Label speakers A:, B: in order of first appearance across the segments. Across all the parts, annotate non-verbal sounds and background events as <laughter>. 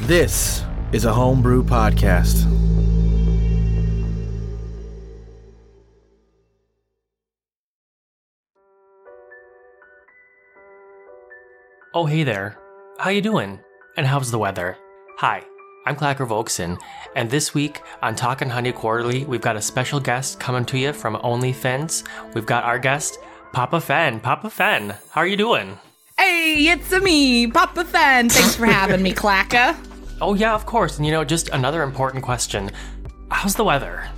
A: This is a homebrew podcast.
B: Oh, hey there. How you doing? And how's the weather? Hi, I'm Clacker Volkson, and this week on Talkin' Honey Quarterly, we've got a special guest coming to you from OnlyFans. We've got our guest, Papa Fen. Papa Fen, how are you doing?
C: Hey, it's a me, Papa Fen. Thanks for having me, Clacka.
B: Oh, yeah, of course. And you know, just another important question. How's the weather?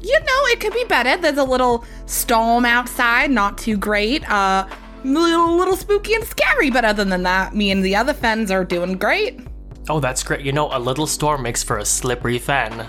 C: You know, it could be better. There's a little storm outside, not too great. Uh, little, little spooky and scary, but other than that, me and the other Fens are doing great. <laughs>
B: Oh, that's great. You know, a little storm makes for a slippery fen. <laughs>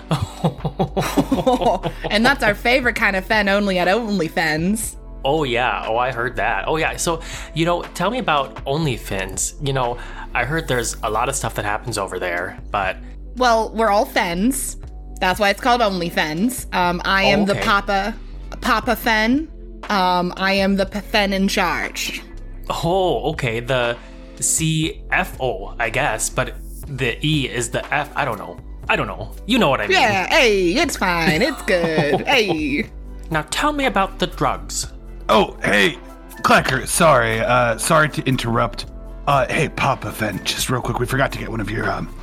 C: and that's our favorite kind of Fen only at Only Fens.
B: Oh yeah. Oh, I heard that. Oh yeah. So, you know, tell me about OnlyFans. You know, I heard there's a lot of stuff that happens over there, but
C: Well, we're all Fens. That's why it's called Only Fens. Um, I am the
B: Okay.
C: Papa, Papa Fen. Um, I am the p- Fen in charge.
B: oh, okay, the CFO, I guess, but the E is the F. I don't know. I don't know. You know what I mean.
C: Yeah, hey, it's fine. It's good. hey.
B: Now tell me about the drugs.
D: Oh, hey, Clacker, sorry. Uh, sorry to interrupt. Uh, hey, Papa Fen, just real quick, we forgot to get one of your um,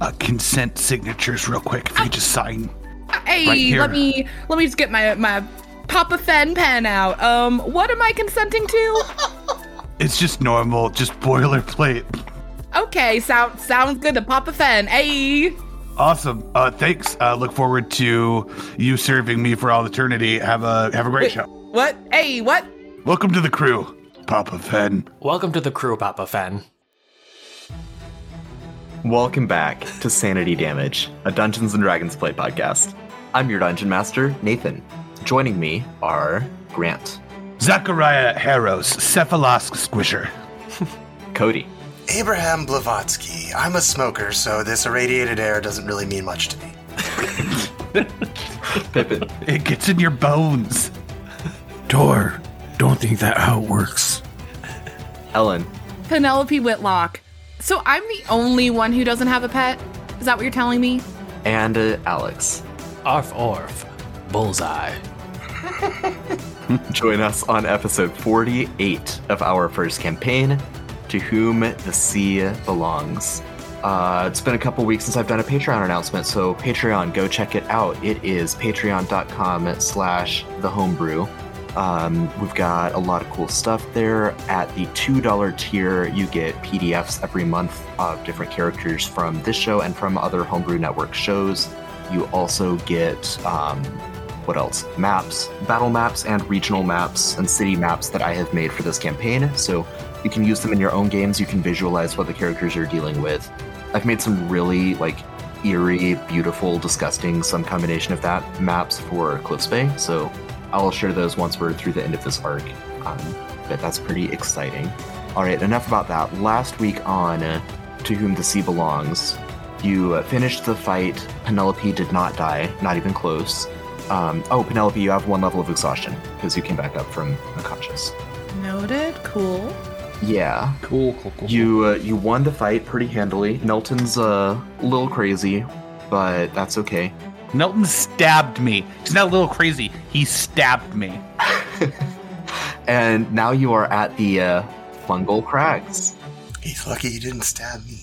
D: uh, consent signatures real quick. If you could just sign.
C: Hey,
D: Right here.
C: let me let me just get my my Papa Fen pen out. Um, what am I consenting <laughs> to?
D: It's just normal, just boilerplate.
C: okay, sound sounds good to Papa Fen. Hey,
D: Awesome. Uh, thanks. Uh, look forward to you serving me for all eternity. Have a have a great show.
C: what? Hey, what?
D: Welcome to the crew, Papa Fen.
B: Welcome to the crew, Papa Fen.
E: Welcome back to Sanity Damage, a Dungeons and Dragons play podcast. I'm your dungeon master, Nathan. Joining me are Grant,
D: Zachariah Harrows, Cephalask Squisher.
E: Cody,
F: Abraham Blavatsky. I'm a smoker, so this irradiated air doesn't really mean much to me.
E: Pippin,
D: It gets in your bones.
A: Tor, don't think that how it works.
E: Ellen,
C: Penelope Whitlock. So I'm the only one who doesn't have a pet. Is that what you're telling me?
E: and uh, Alex.
B: Arf Orf. Bullseye.
E: Join us on episode 48 of our first campaign, To Whom the Sea Belongs. Uh, it's been a couple weeks since I've done a Patreon announcement, so Patreon, go check it out. It is patreon.com slash the homebrew. Um, we've got a lot of cool stuff there. At the $2 tier, you get PDFs every month of different characters from this show and from other Homebrew Network shows. You also get um, what else? Maps, battle maps, and regional maps and city maps that I have made for this campaign. So you can use them in your own games. You can visualize what the characters are dealing with. I've made some really like eerie, beautiful, disgusting, some combination of that maps for Cliffs Bay. So I'll share those once we're through the end of this arc. Um, but that's pretty exciting. All right, enough about that. Last week on uh, To Whom the Sea Belongs, you uh, finished the fight. Penelope did not die, not even close. Um, oh, Penelope, you have one level of exhaustion because you came back up from unconscious.
C: Noted. Cool.
E: Yeah. Cool. cool, cool you uh, you won the fight pretty handily. Nelton's uh, a little crazy, but that's okay.
D: Nelton stabbed me. He's not a little crazy. He stabbed me.
E: And now you are at the uh, fungal crags.
F: He's lucky you didn't stab me.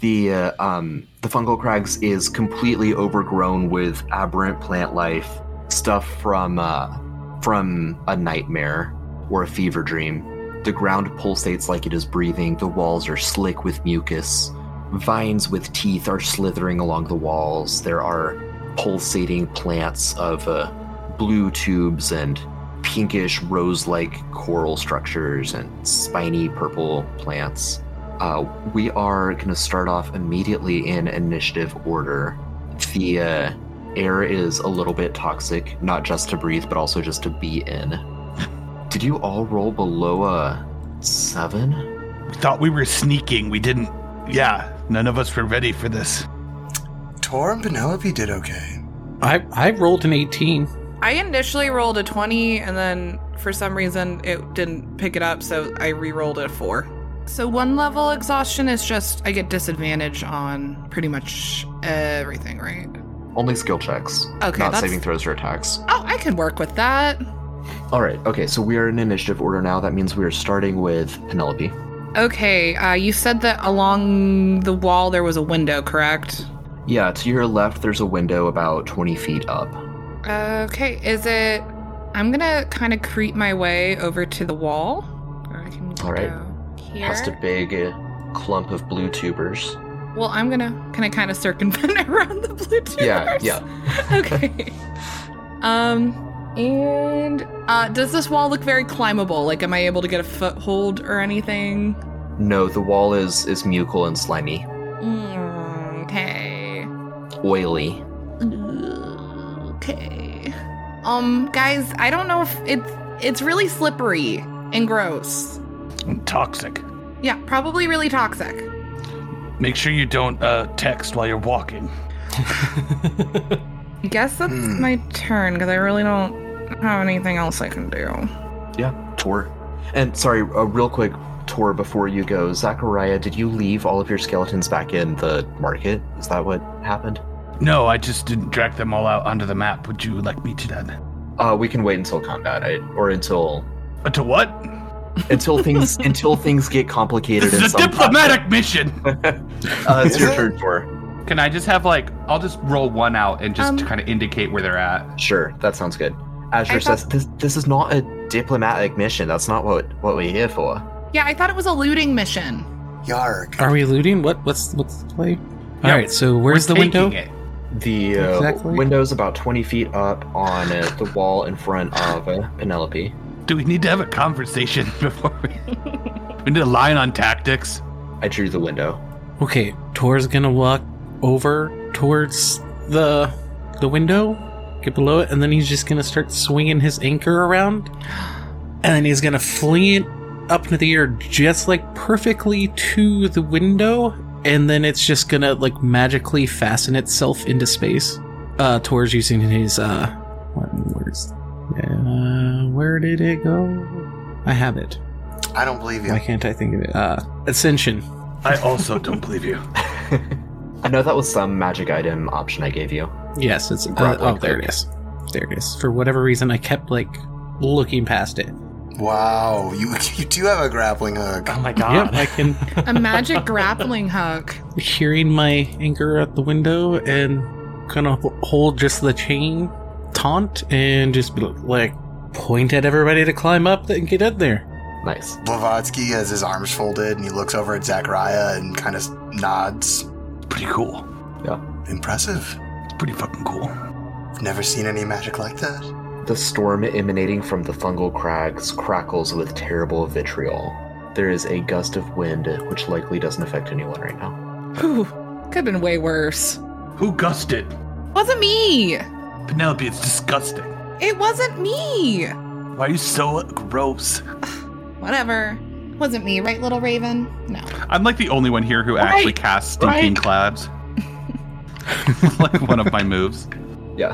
E: the uh, um, the fungal crags is completely overgrown with aberrant plant life, stuff from uh, from a nightmare or a fever dream. The ground pulsates like it is breathing. The walls are slick with mucus. Vines with teeth are slithering along the walls. There are pulsating plants of uh, blue tubes and pinkish rose-like coral structures and spiny purple plants. Uh, we are going to start off immediately in initiative order. The uh, air is a little bit toxic, not just to breathe, but also just to be in. Did you all roll below a seven?
D: We thought we were sneaking. We didn't. Yeah, none of us were ready for this.
F: Tor and Penelope did okay.
G: I I rolled an 18.
C: I initially rolled a 20 and then for some reason it didn't pick it up, so I re-rolled a 4. So one level exhaustion is just I get disadvantage on pretty much everything, right?
E: Only skill checks.
C: Okay,
E: Not
C: that's-
E: saving throws or attacks.
C: Oh, I can work with that.
E: All right. Okay. So we are in initiative order now. That means we are starting with Penelope.
C: Okay, uh, you said that along the wall there was a window, correct?
E: Yeah. To your left, there's a window about 20 feet up.
C: Okay, is it? I'm gonna kind of creep my way over to the wall. Or I can
E: All right.
C: go here.
E: Past a big uh, clump of blue tubers.
C: Well, I'm gonna can I kind of circumvent <laughs> around the blue tubers?
E: Yeah, yeah.
C: okay. Um, and uh, does this wall look very climbable? Like, am I able to get a foothold or anything?
E: No, the wall is is mucal and slimy,
C: Mm, Okay.
E: oily.
C: Okay. Um, guys, I don't know if it's it's really slippery and gross.
D: Toxic.
C: Yeah, probably really toxic.
D: Make sure you don't uh, text while you're walking.
C: I guess that's my turn because I really don't have anything else I can do.
E: Yeah, Tor. And sorry, uh, real quick, Tor, before you go, Zachariah, did you leave all of your skeletons back in the market? Is that what happened?
D: No, I just didn't drag them all out onto the map. Would you like me to do that?
E: Uh, we can wait until combat, I, or <laughs> until
D: Uh, to what?
E: until things until things get complicated.
D: This
E: in
D: is a
E: some
D: diplomatic <laughs> mission.
E: fashion. Uh, it's your turn, Tor.
D: Can I just have like? I'll just roll one out and just
C: Um,
D: kind of indicate where they're at.
E: Sure, that sounds good. Azure
C: thought-
E: says this this is not a diplomatic mission. That's not what what we're here for.
C: Yeah, I thought it was a looting mission.
F: Yarg.
G: Are we looting? What? What's what's the play?
D: Yeah,
G: All right. So where's the
D: Taking
G: window?
D: It.
E: The uh,
G: Exactly.
E: window's about 20 feet up on uh, the wall in front of uh, Penelope.
D: Do we need to have a conversation <laughs> before we? we need a line on tactics.
E: I drew the window. <laughs>
G: Okay. Tor's gonna walk over towards the the window, get below it, and then he's just gonna start swinging his anchor around, and then he's gonna fling it up into the air, just like perfectly to the window, and then it's just gonna like magically fasten itself into space. Uh, Tor's using his uh, what, where's uh, where did it go? I have it.
F: I don't believe
G: Why
F: you.
G: can't I think of it? Uh, ascension.
D: I also don't believe you.
E: I know that was some magic item option I gave you.
G: Yes, it's. Uh,
E: Grappling
G: oh, there it is. There it is. For whatever reason, I kept like looking past it.
F: Wow, you <laughs> you do have a grappling hook.
B: Oh my god.
G: Yep, I <laughs> can
C: A magic grappling hook.
G: hearing my anchor at the window and gonna h- hold just the chain taunt and just be like point at everybody to climb up and get in there.
E: Nice.
F: Blavatsky has his arms folded and he looks over at Zachariah and kind of nods.
D: Pretty cool.
F: Impressive.
D: It's pretty fucking cool.
F: I've never seen any magic like that.
E: The storm emanating from the fungal crags crackles with terrible vitriol. There is a gust of wind which likely doesn't affect anyone right now.
C: Whew, could have been way worse.
D: Who gusted?
C: Wasn't me.
D: Penelope, it's disgusting.
C: It wasn't me.
D: Why are you so gross?
C: Whatever. Wasn't me, right, little Raven? No.
D: I'm like the only one here who actually casts stinking clouds. <laughs> like one of my moves.
E: Yeah.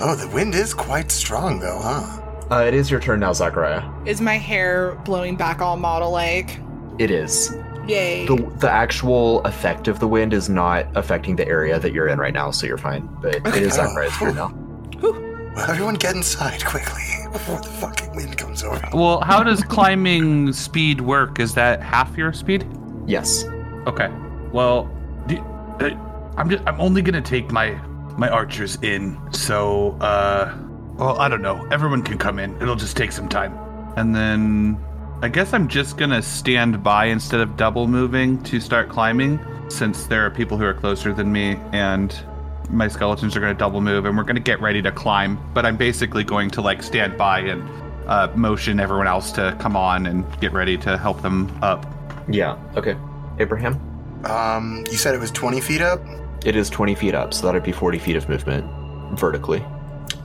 F: Oh, the wind is quite strong though, huh?
E: Uh, it is your turn now, Zachariah.
C: Is my hair blowing back all model like?
E: It is.
C: Yay.
E: The, the actual effect of the wind is not affecting the area that you're in right now, so you're fine. But it is Zachariah's turn now.
F: Well, everyone get inside <laughs> quickly before the fucking wind comes over.
D: Well, how does climbing speed work? Is that half your speed?
E: Yes.
D: Okay. Well, the, uh, I'm just, I'm only gonna take my my archers in. So, uh, well, I don't know. Everyone can come in. It'll just take some time. And then I guess I'm just gonna stand by instead of double moving to start climbing, since there are people who are closer than me and my skeletons are gonna double move and we're gonna get ready to climb. But I'm basically going to like stand by and uh, motion everyone else to come on and get ready to help them up.
E: Yeah. Okay. Abraham?
F: Um, you said it was 20 feet up?
E: It is 20 feet up, so that'd be 40 feet of movement vertically.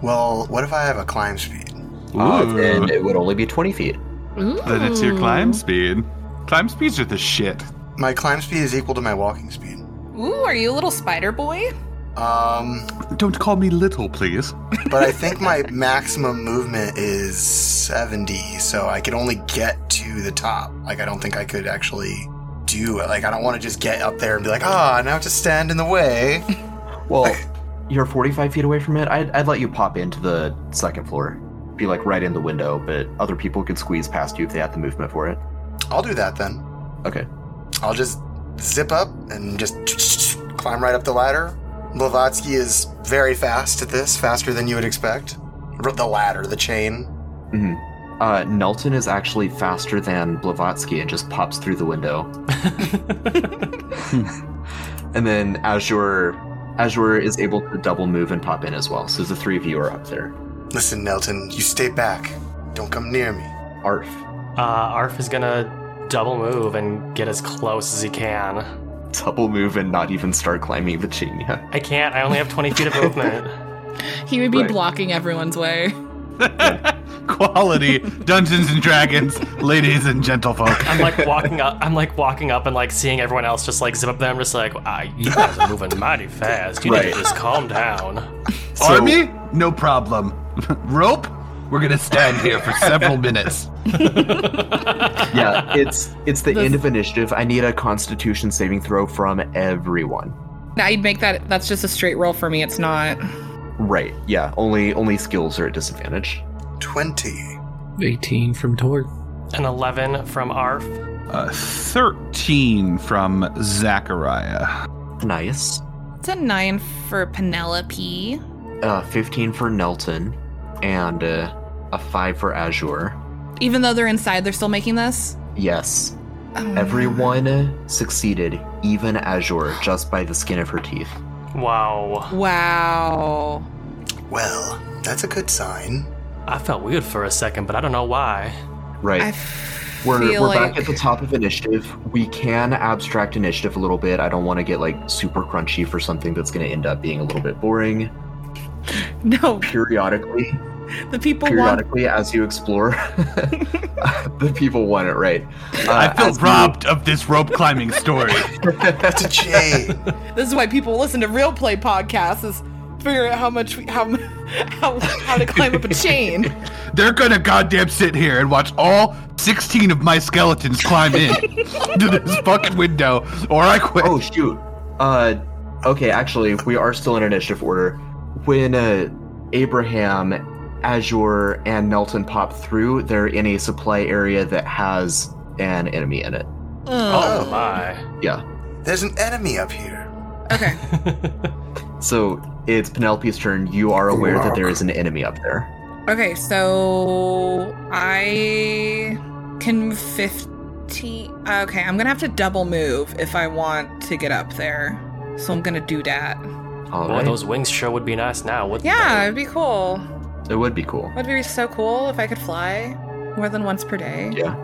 F: Well, what if I have a climb speed?
E: Uh, and it would only be 20 feet.
D: Then it's your climb speed. Climb speeds are the shit.
F: My climb speed is equal to my walking speed.
C: Ooh, are you a little spider boy?
F: Um,
D: Don't call me little, please. <laughs>
F: but I think my maximum movement is 70, so I can only get to the top. Like, I don't think I could actually do it. Like, I don't want to just get up there and be like, ah, now to stand in the way. <laughs>
E: Well, you're 45 feet away from it. I'd, I'd let you pop into the second floor. Be like right in the window, but other people could squeeze past you if they had the movement for it.
F: I'll do that then.
E: Okay.
F: I'll just zip up and just climb right up the ladder. Blavatsky is very fast at this, faster than you would expect. R- The ladder, the chain.
E: hmm Uh, Nelton is actually faster than Blavatsky and just pops through the <laughs> window. and then Azure, Azure is able to double move and pop in as well. So the three of you are up there.
F: Listen, Nelton, you stay back. Don't come near me.
E: Arf.
B: Uh, Arf is gonna double move and get as close as he can.
E: Double move and not even start climbing the chain yet.
B: I can't. I only have 20 feet of movement.
C: He would be
E: Right.
C: blocking everyone's way.
D: Quality Dungeons and Dragons, ladies and gentlefolk.
B: I'm like walking up. I'm like walking up and like seeing everyone else just like zip up there. I'm just like, ah, you guys are moving mighty fast. You need
E: Right.
B: to just calm down.
E: So-
D: Army, no problem. <laughs> Rope, we're gonna stand here for
E: <laughs>
D: several minutes.
E: yeah, it's it's the
C: <laughs> This-
E: end of initiative. I need a Constitution saving throw from everyone.
C: I'd make that. That's just a straight roll for me. It's not.
E: Right. Yeah. Only only skills are at disadvantage.
F: 20.
G: 18 from Tord.
B: An 11 from Arf.
D: Uh, Thirteen from Zachariah.
E: Nice.
C: It's a nine for Penelope.
E: Uh, Fifteen for Nelton, and uh, a five for Azure.
C: Even though they're inside, they're still making this.
E: Yes, Um,
C: Oh,
E: everyone uh, succeeded, even Azure, just by the skin of her teeth.
B: Wow.
C: Wow.
F: Well, that's a good sign.
B: I felt weird for a second, but I don't know why.
E: Right.
C: I f-
E: we're
C: feel
E: we're
C: like
E: back at the top of initiative. We can abstract initiative a little bit. I don't want to get like super crunchy for something that's going to end up being a little bit boring.
C: <laughs> no.
E: Periodically,
C: The people want.
E: periodically as you explore <laughs> the people want it right Uh,
D: I feel
E: as you-
D: robbed of this rope climbing
E: <laughs>
D: story.
F: That's a J.
C: This is why people listen to real play podcasts. Is figure out how much we, how <laughs> how how to climb up a chain.
D: They're gonna goddamn sit here and watch all 16 of my skeletons climb
E: <laughs>
D: in to this fucking window, or I quit.
E: oh shoot uh okay actually we are still in initiative order when uh abraham azure and nelton pop through they're in a supply area that has an enemy in it
B: Oh,
F: Oh.
B: my.
E: yeah
F: There's an enemy up here.
C: Okay.
E: so it's penelope's turn you are aware that there is an enemy up there
C: Okay. So I can fifteen. Okay, I'm gonna have to double move if I want to get up there. So I'm gonna do that.
E: all
B: Boy,
E: right
B: those wings sure would be nice now, wouldn't
C: Yeah, it'd be cool.
E: it would be cool
C: Would be so cool if I could fly more than once per day.
E: Yeah.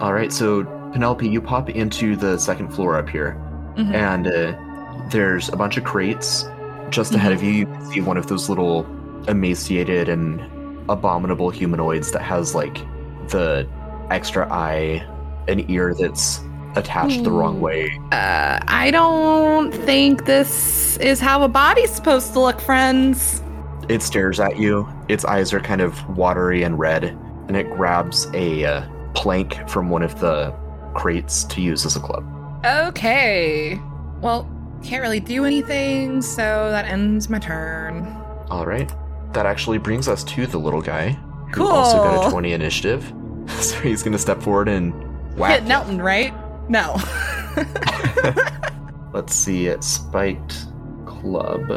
E: All right. So Penelope, you pop into the second floor up here,
C: Mhm.
E: and uh, there's a bunch of crates just ahead of you. You can see one of those little emaciated and abominable humanoids that has like the extra eye, an ear that's attached the wrong
C: Ooh.
E: way.
C: Uh, I don't think this is how a body's supposed to look, friends.
E: It stares at you. Its eyes are kind of watery and red, and it grabs a uh, plank from one of the crates to use as a club.
C: Okay. Well, can't really do anything, so that ends my turn.
E: All right. That actually brings us to the little guy, who
C: Cool.
E: also got a 20 initiative. <laughs> so he's going to step forward and whack.
C: Hit Nelton, right? No.
E: Let's see, it spiked club.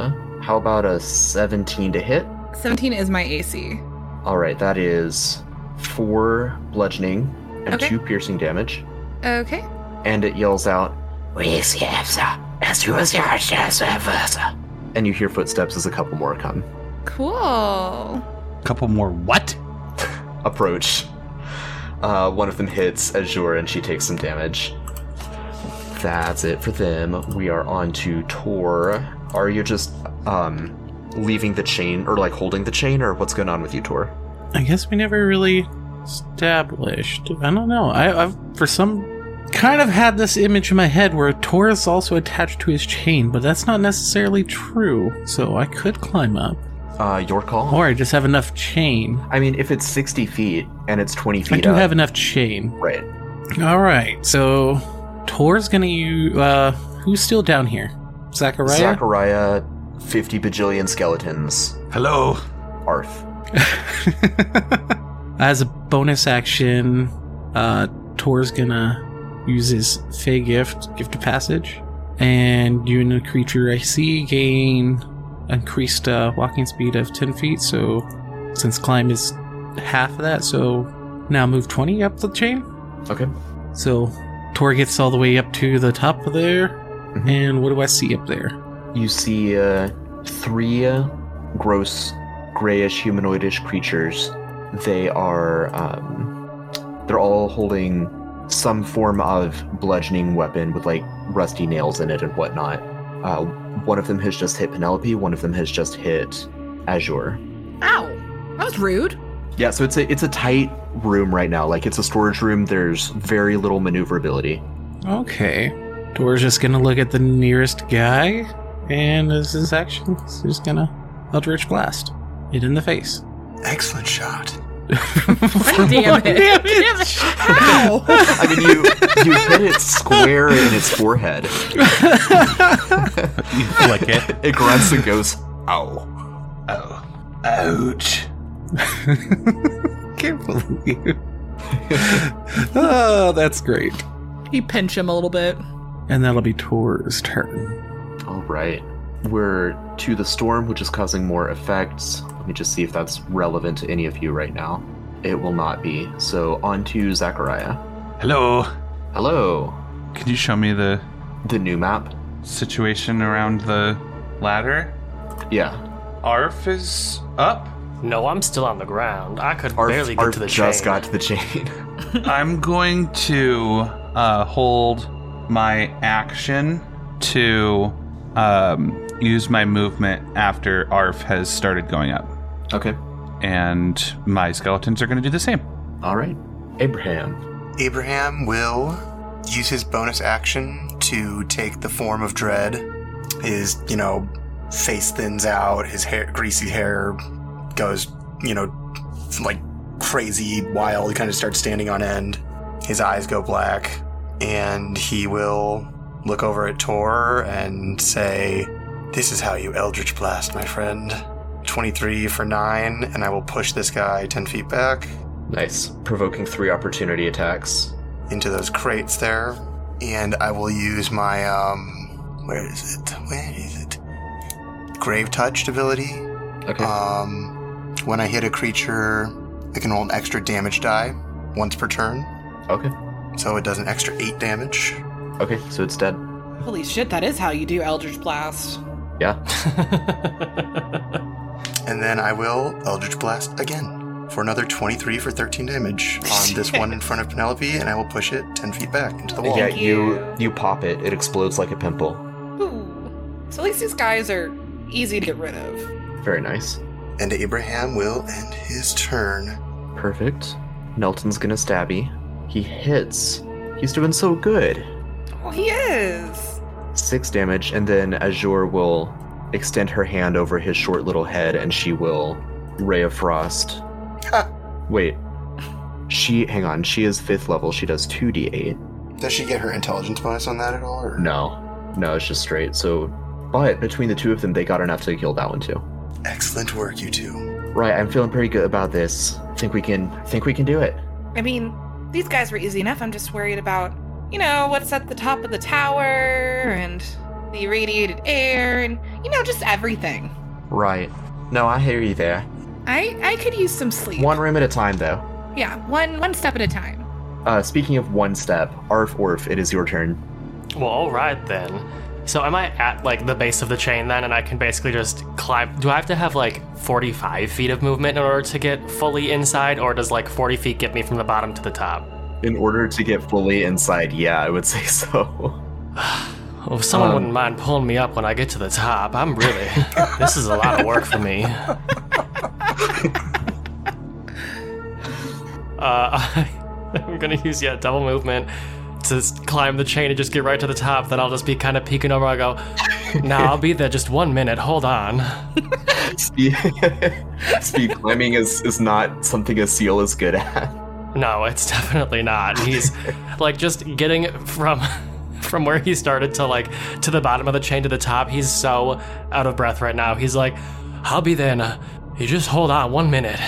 E: How about a 17 to hit?
C: 17 is my AC.
E: All right, that is four bludgeoning and
C: Okay.
E: two piercing damage.
C: Okay.
E: And it yells out, "We see it, sir. As you as you are, yes, ever, sir." and you hear footsteps as a couple more come
C: Cool.
D: Couple more what?
E: approach. Uh, one of them hits Azure and she takes some damage. That's it for them. We are on to Tor. Are you just um leaving the chain or like holding the chain or what's going on with you, Tor?
G: I guess we never really established. I don't know. I, I've for some kind of had this image in my head where Tor is also attached to his chain, but that's not necessarily true. So I could climb up,
E: Uh, your call.
G: or I just have enough chain.
E: I mean, if it's 60 feet and it's 20 feet
G: I do
E: up,
G: have enough chain.
E: right?
G: All right, so Tor's gonna use. Uh, who's still down here? Zachariah.
E: Zachariah, 50 bajillion skeletons.
D: Hello.
E: Arth.
G: As a bonus action, uh, Tor's gonna use his Fey gift, Gift of Passage, and you and the creature I see gain increased uh, walking speed of 10 feet. So, since climb is half of that, so now move 20 up the chain.
E: Okay.
G: So, Tor gets all the way up to the top of there,
E: Mhm.
G: and what do I see up there?
E: You see uh, three uh, gross, grayish, humanoidish creatures. They are. Um, they're all holding some form of bludgeoning weapon with like rusty nails in it and whatnot. Uh, one of them has just hit Penelope. One of them has just hit Azure.
C: Ow. That was rude. <laughs>
E: Yeah, so it's a it's a tight room right now. Like it's a storage room. There's very little maneuverability.
G: Okay. Tor's just gonna look at the nearest guy, and as his action, he's just gonna Eldritch Blast. It in the face.
F: Excellent shot.
G: For
C: Damn
G: one
C: it. <laughs>
G: damage.
C: Ow.
E: I mean, you you hit it square in its forehead.
D: You flick it.
E: It grunts and goes, "Ow."
D: Oh. Ouch.
G: Can't believe you. oh, that's great.
C: you pinch him a little bit.
G: And that'll be Tor's turn.
E: All right, we're to the storm, which is causing more effects. Let me just see if that's relevant to any of you right now. It will not be. So on to Zachariah.
D: Hello.
E: Hello,
D: Can you show me the
E: the new map.
D: situation around the ladder?
E: Yeah,
D: Arf is up.
B: No, I'm still on the ground. I could
E: Arf,
B: barely get
E: Arf
B: to the
E: just
B: chain.
E: got to the chain.
D: I'm going to uh, hold my action to um, use my movement after Arf has started going up,
E: okay.
D: and my skeletons are going to do the same.
E: All right, Abraham.
F: Abraham will use his bonus action to take the form of dread. His, you know, face thins out, his hair greasy hair goes, you know, like crazy wild, kind of starts standing on end. His eyes go black, and he will look over at Tor and say, This is how you Eldritch Blast, my friend. 23 for 9, and I will push this guy 10 feet back
E: Nice, provoking three opportunity attacks.
F: into those crates there, and I will use my um, where is it? Where is it? Grave touched ability.
E: Okay.
F: Um, when I hit a creature, I can roll an extra damage die once per turn,
E: okay.
F: so it does an extra eight damage.
E: Okay. So it's dead.
C: Holy shit, that is how you do Eldritch Blast.
E: Yeah.
F: And then I will Eldritch Blast again for another 23 for 13 damage on this one in front of Penelope, and I will push it 10 feet back into the wall.
E: yeah. You you pop it. It explodes like a pimple.
C: Ooh. So at least these guys are easy to get rid of.
E: Very nice.
F: And Abraham will end his turn.
E: Perfect. Nelton's gonna stabby. He hits. He's doing so good.
C: Oh, he is.
E: Six damage, and then Azure will extend her hand over his short little head, and she will ray of frost.
F: Ha!
E: Wait. She hang on. She is fifth level. She does two d eight.
F: Does she get her intelligence bonus on that at all? Or?
E: No, no, it's just straight. So, but between the two of them, they got enough to kill that one too.
F: Excellent work, you two.
E: Right, I'm feeling pretty good about this. Think we can? Think we can do it?
H: I mean, these guys were easy enough. I'm just worried about, you know, what's at the top of the tower and the irradiated air and, you know, just everything.
E: Right. No, I hear you there.
H: I I could use some sleep.
E: One room at a time, though.
H: Yeah, one one step at a time.
E: Uh, speaking of one step, Arf Orf, it is your turn.
B: Well, all right then. So am I at like the base of the chain then, and I can basically just climb? Do I have to have like 45 feet of movement in order to get fully inside, or does like 40 feet get me from the bottom to the top?
E: In order to get fully inside, yeah, I would <laughs> say so.
B: Oh, if someone
E: Um,
B: wouldn't mind pulling me up when I get to the top, I'm really. this is a lot of work for me. <laughs> Uh, I'm gonna use yeah double movement to s- climb the chain and just get right to the top, then I'll just be kind of peeking over. I go, nah, I'll be there just one minute. Hold on.
E: Speed, <laughs> speed climbing is, is not something a seal is good at.
B: No, it's <laughs> definitely not. He's like just getting from <laughs> from where he started to like to the bottom of the chain to the top. He's so out of breath right now. He's like, "I'll be there. In a, you just hold on one minute."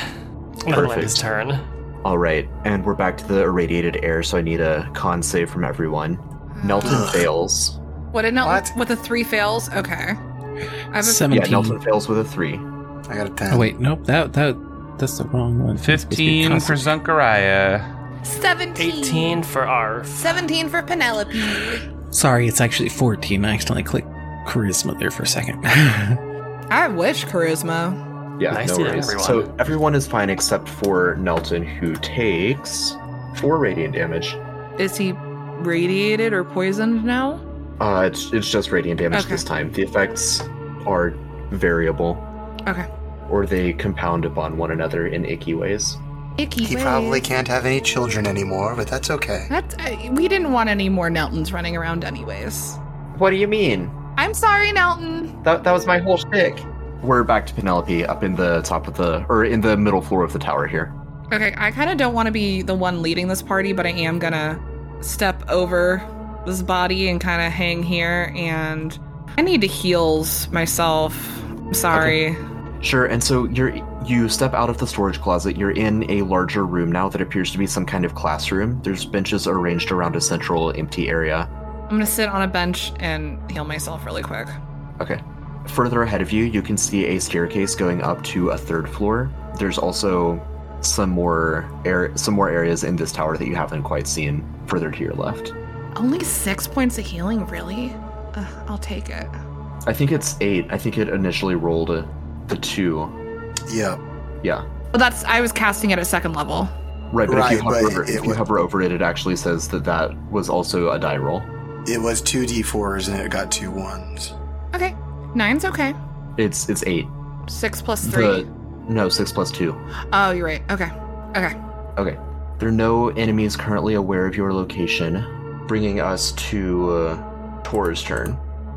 B: That'll end his
E: Perfect.
B: turn.
E: All right, and we're back to the irradiated air, so I need a con save from everyone. Nelton fails.
C: What did not
F: What?
C: with the three fails? Okay. I have a,
E: Yeah,
G: 17.
E: Nelton fails with a three.
F: I got a 10.
G: oh, wait, nope. That, that, that's the wrong one. It's supposed to be
I: 15 for
G: consti-
I: Zunkaria.
C: 17.
B: Eighteen for Arf.
C: 17 for Penelope.
G: Sorry, it's actually 14. I accidentally clicked charisma there for a second. <laughs>
C: I wish charisma.
E: Yeah,
B: Nice
E: no
B: to meet
E: worries.
B: everyone.
E: So everyone is fine except for Nelton, who takes four radiant damage.
C: Is he radiated or poisoned now?
E: Uh, it's, it's just radiant damage
C: Okay.
E: this time. The effects are variable,
C: Okay.
E: or they compound upon one another in icky ways.
C: Icky.
F: He
C: ways.
F: probably can't have any children anymore, but that's okay.
C: That's, uh, we didn't want any more Neltons running around, anyways.
E: What do you mean?
C: I'm sorry, Nelton.
E: That, that was my whole shtick. We're back to Penelope up in the top of the, or in the middle floor of the tower here.
C: Okay, I kind of don't want to be the one leading this party, but I am gonna step over this body and kind of hang here. And I need to heals myself. I'm sorry.
E: Sure, and so you're you step out of the storage closet. You're in a larger room now that appears to be some kind of classroom. There's benches arranged around a central empty area.
C: I'm gonna sit on a bench and heal myself really quick.
E: Okay. Further ahead of you, you can see a staircase going up to a third floor. There's also some more air, some more areas in this tower that you haven't quite seen further to your left.
C: Only six points of healing, really? Ugh, I'll take it.
E: I think it's eight. I think it initially rolled a, the two.
F: Yeah.
E: Yeah,
C: Well, that's I was casting it at second level.
E: right. But if you
F: Right, but
E: hover, over,
F: it
E: if you
F: would-
E: hover over it, it actually says that that was also a die roll.
F: It was two D4s and it got two ones.
C: Okay, nine's okay.
E: It's it's eight.
C: Six plus three.
E: The- no, six plus two.
C: Oh, you're right. Okay, okay.
E: Okay. There are no enemies currently aware of your location, bringing us to uh, Tor's turn.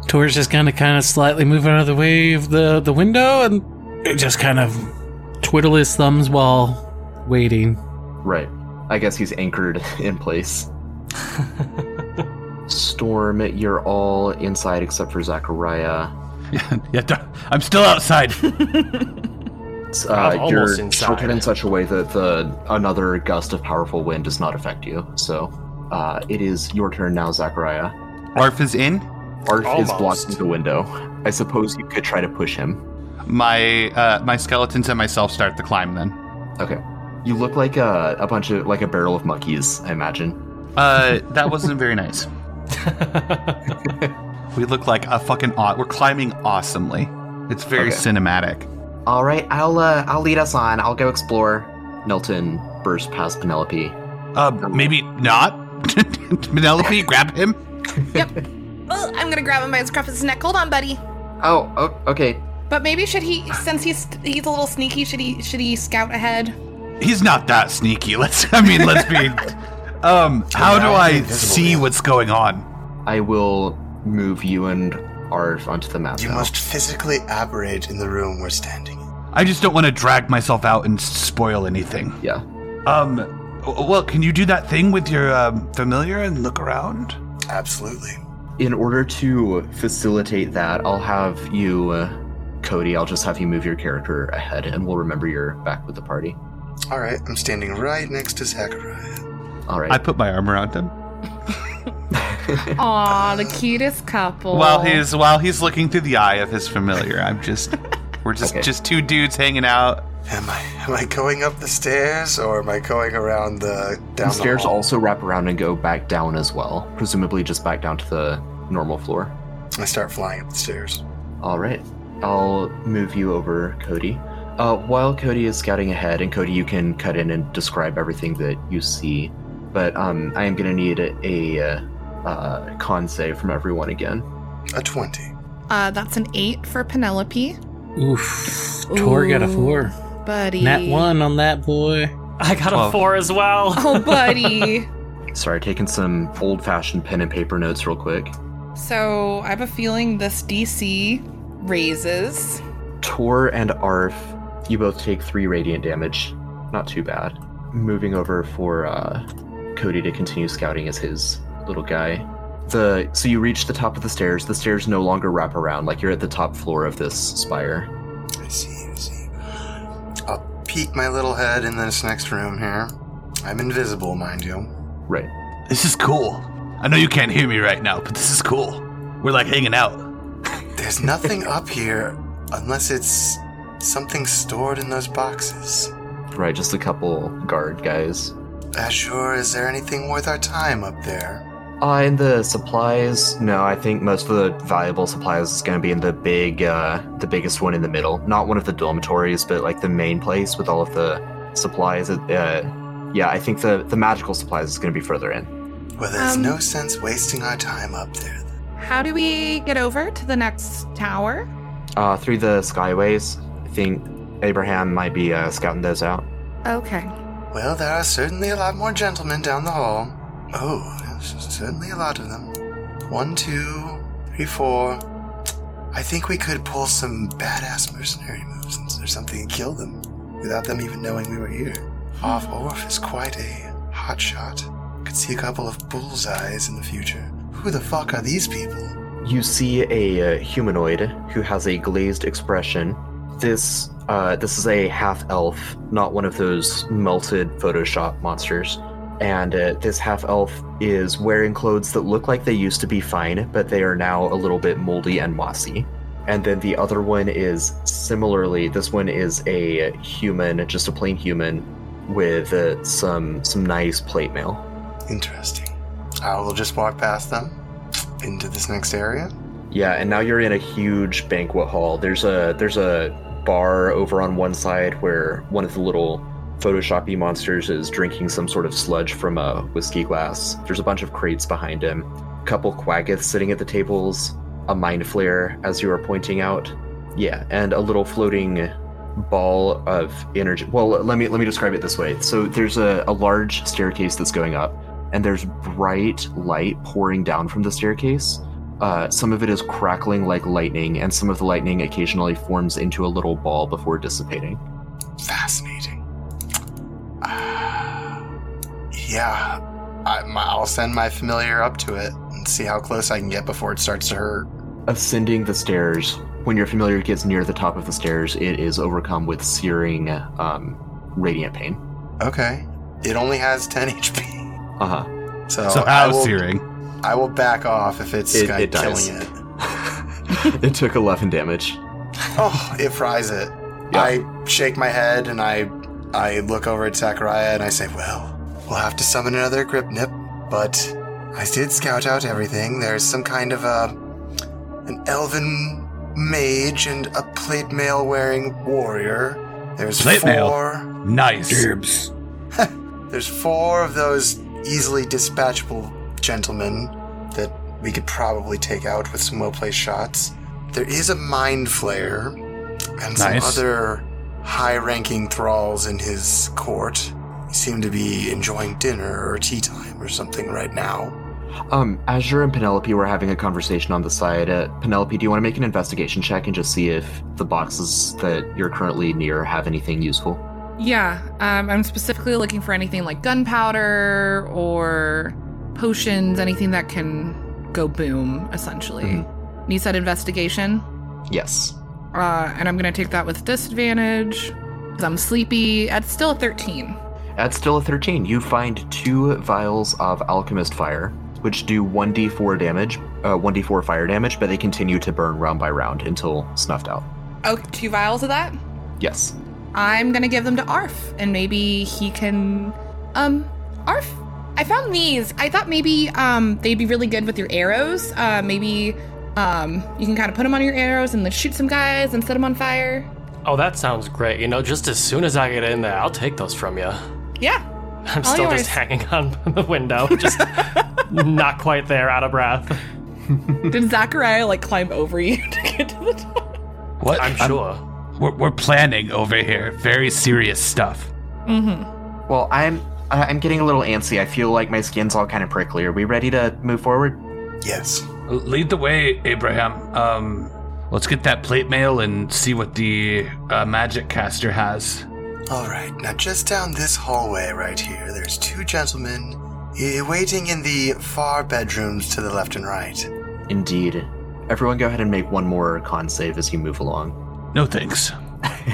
G: Tor's just gonna kind of slightly move out of the way of the, the window and just kind of twiddle his thumbs while waiting.
E: Right. I guess he's anchored <laughs> in
D: <laughs>
E: place. Storm, you're all inside except for Zachariah.
D: <laughs> yeah, d- I'm still
E: <laughs>
D: outside.
E: S-
B: I'm
E: Uh, you're
B: almost inside.
E: sheltered in such a way that the another gust of powerful wind does not affect you. So, uh, it is your turn now, Zachariah.
D: Arf is in.
E: Arf is
B: Almost.
E: blocking the window. I suppose you could try to push him.
D: My uh, my skeletons and myself start the climb. Then
E: Okay. You look like a, a bunch of like a barrel of monkeys, I imagine.
D: uh, that wasn't very nice. We look like a fucking. Aw- we're climbing awesomely. It's very
E: Okay.
D: cinematic.
E: All right, I'll uh, I'll lead us on. I'll go explore. Nelton bursts past Penelope.
D: Uh, maybe not. <laughs> Penelope, grab him.
H: Well, I'm gonna grab him by the scruff of his neck. Hold on, buddy.
E: Oh, oh okay.
H: But maybe should he, since he's he's a little sneaky, should he should he scout ahead?
D: He's not that sneaky. Let's. I mean, let's <laughs> be. Um, how do
F: now
D: I
F: invisible,
D: see
F: yeah.
D: what's going on?
E: I will move you and Arv onto the map.
F: You
E: now.
F: must physically aberrate in the room we're standing in.
D: I just don't want to drag myself out and spoil anything.
E: Yeah.
D: Um, w- well, can you do that thing with your um, familiar and look around?
F: Absolutely.
E: In order to facilitate that, I'll have you, uh, Cody. I'll just have you move your character ahead, and we'll remember you're back with the party.
F: All right, I'm standing right next to Zachariah.
E: All right.
I: I put my arm around him.
C: Aw, the cutest couple.
I: While
C: his
I: he's while he's looking through the eye of his familiar, I'm just we're just
E: Okay.
I: just two dudes hanging out.
F: Am I am I going up the stairs or am I going around the down
E: the stairs
F: the hall?
E: also wrap around and go back down as well, presumably just back down to the normal floor.
F: I start flying up the stairs.
E: All right. I'll move you over, Cody. Uh, while Cody is scouting ahead, and Cody, you can cut in and describe everything that you see, but um, I am going to need a, a uh, con save from everyone again.
F: A twenty.
H: Uh, that's an eight for Penelope,
G: Oof. Tor got a four.
H: buddy.
G: Nat one on that boy.
B: I got a four as well.
I: <laughs>
H: Oh, buddy.
E: Sorry, taking some old fashioned pen and paper notes real quick.
C: So I have a feeling this DC raises.
E: Tor and Arf, you both take three radiant damage. Not too bad. Moving over for uh, Cody to continue scouting as his little guy. The so you reach the top of the stairs. The stairs no longer wrap around. Like you're at the top floor of this spire.
F: I see, I see. I'll peek my little head in this next room here. I'm invisible, mind you.
E: Right.
D: This is cool. I know you can't hear me right now, but this is cool. We're like hanging out.
F: There's nothing up here unless it's something stored in those boxes.
E: Right. Just a couple guard guys.
F: Azure, is there anything worth our time up there?
E: Uh, in the supplies, no. I think most of the valuable supplies is going to be in the big, uh, the biggest one in the middle. Not one of the dormitories, but like the main place with all of the supplies. Uh, yeah, I think the the magical supplies is going to be further in.
F: Well, there's
C: Um,
F: no sense wasting our time up there. then.
C: How do we get over to the next tower?
E: Uh, through the skyways, I think Abraham might be uh, scouting those out.
C: Okay.
F: Well, there are certainly a lot more gentlemen down the hall. Oh, there's certainly a lot of them. One, two, three, four. I think we could pull some badass mercenary moves and- or something and kill them without them even knowing we were here. Off Orf is quite a hot shot. Could see a couple of bullseyes in the future. Who the fuck are these people?
E: You see a uh, humanoid who has a glazed expression. This uh, this is a half elf, not one of those melted Photoshop monsters. And uh, this half elf is wearing clothes that look like they used to be fine, but they are now a little bit moldy and mossy. And then the other one is similarly. This one is a human, just a plain human, with uh, some some nice plate mail.
F: Interesting. I will just walk past them into this next area.
E: Yeah, and now you're in a huge banquet hall. There's a there's a bar over on one side where one of the little photoshoppy monsters is drinking some sort of sludge from a whiskey glass. There's a bunch of crates behind him. A couple quaggiths sitting at the tables, a mind flare as you were pointing out. Yeah, and a little floating ball of energy. Well, let me let me describe it this way. So there's a, a large staircase that's going up, and there's bright light pouring down from the staircase. Uh, some of it is crackling like lightning, and some of the lightning occasionally forms into a little ball before dissipating.
F: Fascinating. Ah, yeah, I, my, I'll send my familiar up to it and see how close I can get before it starts to hurt.
E: Ascending the stairs, when your familiar gets near the top of the stairs, it is overcome with searing um, radiant pain.
F: Okay. It only has 10 HP.
E: Uh huh.
F: So,
I: so
F: I,
I: how
F: will,
I: searing?
F: I will back off if it's
E: It-
F: kind
E: it
F: of
E: dies.
F: killing it.
E: <laughs> it took 11 damage.
F: Oh, it fries it.
E: Yeah.
F: I shake my head and I I look over at Sakurai and I say, Well, we'll have to summon another Gripnip, but I did scout out everything. There's some kind of a an elven mage and a plate mail wearing warrior. There's
D: Plate mail?
F: four
D: Nice.
A: Dibs.
F: there's four of those easily dispatchable gentlemen that we could probably take out with some well placed shots. There is a mind flayer and some
D: Nice.
F: other high ranking thralls in his court. He seem to be enjoying dinner or tea time or something right now.
E: Um, Azure and Penelope were having a conversation on the side. Uh, Penelope, do you want to make an investigation check and just see if the boxes that you're currently near have anything useful?
C: Yeah, um, I'm specifically looking for anything like gunpowder or potions, anything that can go boom, essentially. And You said investigation,
E: Yes.
C: uh, and I'm going to take that with disadvantage because I'm sleepy. It's still a 13.
E: At still a 13, you find two vials of alchemist fire, which do 1d4 damage, uh, 1d4 fire damage, but they continue to burn round by round until snuffed out.
C: Oh, two vials of that?
E: Yes.
C: I'm gonna give them to Arf, and maybe he can. Um, Arf, I found these. I thought maybe um they'd be really good with your arrows. Uh, maybe um you can kind of put them on your arrows and then shoot some guys and set them on fire.
B: <laughs> Oh, that sounds great. You know, just as soon as I get in there, I'll take those from you.
C: <laughs> Yeah,
B: <laughs> I'm
C: All
B: still
C: yours.
B: just hanging on <laughs> the window, just not quite there, out of breath.
C: did Zachariah like climb over you <laughs> to get to the top?
D: What?
B: I'm sure.
D: We're, we're planning over here. Very serious stuff.
E: Well, I'm I- I'm getting a little antsy. I feel like my skin's all kind of prickly. Are we ready to move forward?
F: Yes.
D: Lead the way, Abraham. Um, let's get that plate mail and see what the uh, magic caster has.
F: All right. Now, just down this hallway right here, there's two gentlemen eh, waiting in the far bedrooms to the left and right.
E: Indeed. Everyone, go ahead and make one more con save as you move along.
D: No thanks.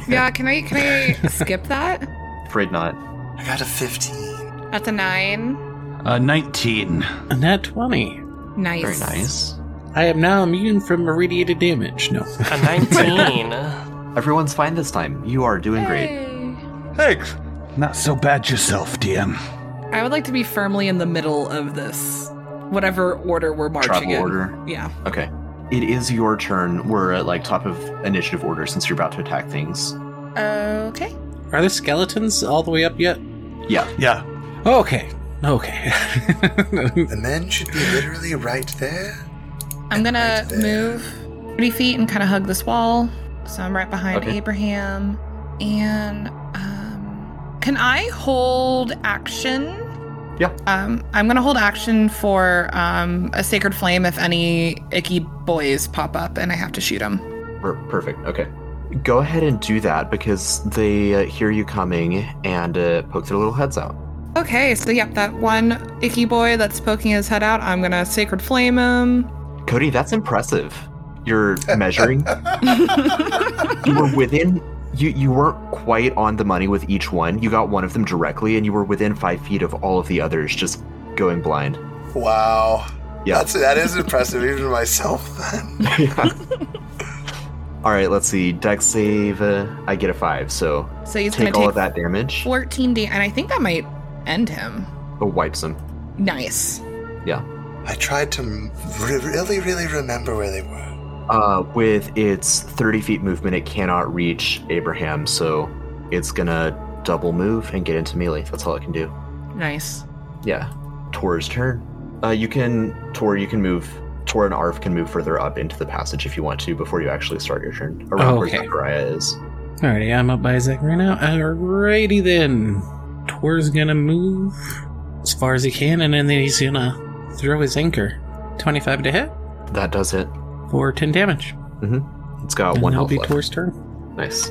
C: Yeah, can I can I skip that?
E: Afraid not.
F: I got a 15.
C: That's a nine.
D: Uh, 19.
G: A nat 20.
C: Nice.
E: Very nice.
G: I am now immune from irradiated damage. No.
B: A 19.
E: Everyone's fine this time. You are doing great.
D: Thanks. Not so bad yourself, DM.
C: I would like to be firmly in the middle of this, whatever order we're marching
E: Travel
C: in.
E: order.
C: Yeah.
E: Okay. It is your turn. We're at like top of initiative order since you're about to attack things.
H: Okay.
G: Are there skeletons all the way up yet?
E: Yeah.
D: Yeah.
G: Okay. Okay. <laughs>
F: The men should be literally right there.
H: I'm gonna
F: Right there.
H: move 30 feet and kind of hug this wall. So I'm right behind
E: Okay.
H: Abraham. And um, can I hold action?
E: Yeah.
H: Um, I'm gonna hold action for um, a sacred flame if any icky boys pop up and I have to shoot them.
E: Per- perfect. Okay. Go ahead and do that because they uh, hear you coming and uh, poke their little heads out.
H: Okay, so yep, that one icky boy that's poking his head out, I'm gonna sacred flame him.
E: Cody, that's impressive. You're measuring. you were within. You you weren't quite on the money with each one. You got one of them directly, and you were within five feet of all of the others, just going blind. <laughs>
F: Wow.
E: Yeah.
F: That's, that is impressive, even to myself.
E: Yeah. all right. Let's see. Dex save. Uh, I get a five, so
H: So he's
E: take
H: gonna
E: all
H: take
E: of that damage.
H: 14 D, and I think that might end him.
E: Or wipes them.
H: Nice.
F: I tried to m- re- really, really remember where they were.
E: Uh, with its 30 feet movement, it cannot reach Abraham, so it's gonna double move and get into melee. That's all it can do.
H: Nice.
E: Yeah. Tor's turn. Uh, you can Tor. You can move. Tor and Arf can move further up into the passage if you want to before you actually start your turn. Around
G: Oh, Okay.
E: where Zachariah is.
G: Alrighty, I'm up by Isaac right now. Alrighty then. Tor's gonna move as far as he can, and then he's gonna throw his anchor. 25 to hit
E: That does it.
G: for 10 damage.
E: It's got
G: and
E: one health
G: that'll be
E: left.
G: Tor's turn.
E: Nice.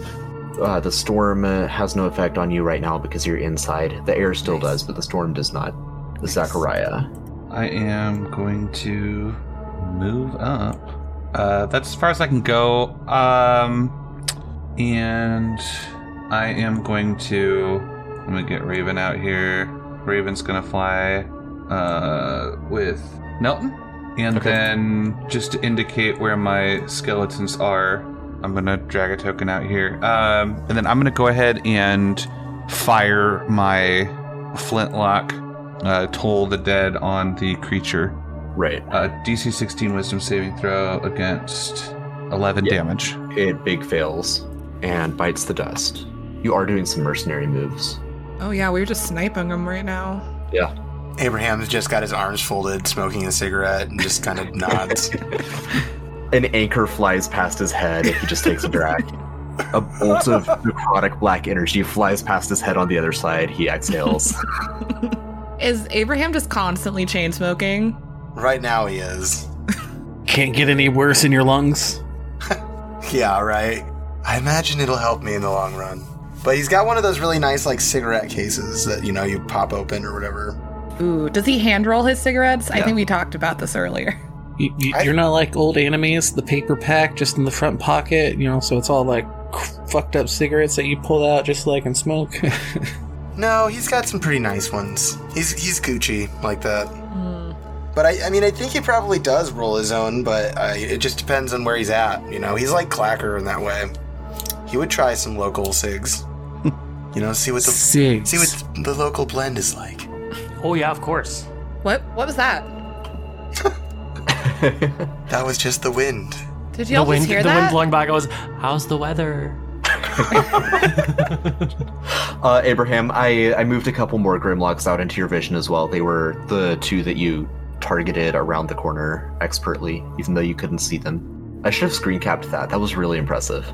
E: Uh, the storm uh, has no effect on you right now because you're inside. The air still does, but the storm does not. Zachariah.
I: I am going to move up. Uh, that's as far as I can go. Um, and I am going to. I'm gonna get Raven out here. Raven's gonna fly uh, with Nelton, and
E: Okay.
I: then just to indicate where my skeletons are, I'm gonna drag a token out here. Um, and then I'm gonna go ahead and fire my flintlock. Uh, toll the dead on the creature.
E: Right.
I: Uh, DC 16 Wisdom saving throw against 11
E: Yeah.
I: damage.
E: It big fails and bites the dust. You are doing some mercenary moves.
C: Oh yeah, we're just sniping them right now.
F: Abraham's just got his arms folded, smoking a cigarette, and just kind <laughs> of nods.
E: An anchor flies past his head if he just takes a drag. A bolt of necrotic black energy flies past his head on the other side. He exhales.
C: Is Abraham just constantly chain smoking?
F: right now, he is.
G: Can't get any worse in your lungs.
F: Yeah, right. I imagine it'll help me in the long run. But he's got one of those really nice, like, cigarette cases that, you know, you pop open or whatever.
H: Ooh, does he hand roll his cigarettes? I
E: Yeah.
H: think we talked about this earlier.
G: You, you,
F: I-
G: you're not like old animes, the paper pack just in the front pocket, you know, so it's all like fucked up cigarettes that you pull out just so I can smoke.
E: <laughs>
F: No, he's got some pretty nice ones. He's he's Gucci like that. But I, I mean, I think he probably does roll his own, but uh, it just depends on where he's at. You know, he's like Clacker in that way. He would try some local cigs. you know, see what the
G: Six.
F: see what the local blend is like.
B: oh, yeah, of course.
H: <laughs> What what was that?
F: That was just the wind.
H: Did
B: The
H: y'all
B: wind,
H: just hear
B: the wind
H: that?
B: blowing by goes, How's the weather?
E: uh, Abraham, I, I moved a couple more Grimlocks out into your vision as well. They were the two that you targeted around the corner expertly, even though you couldn't see them. I should have screen capped that. That was really impressive.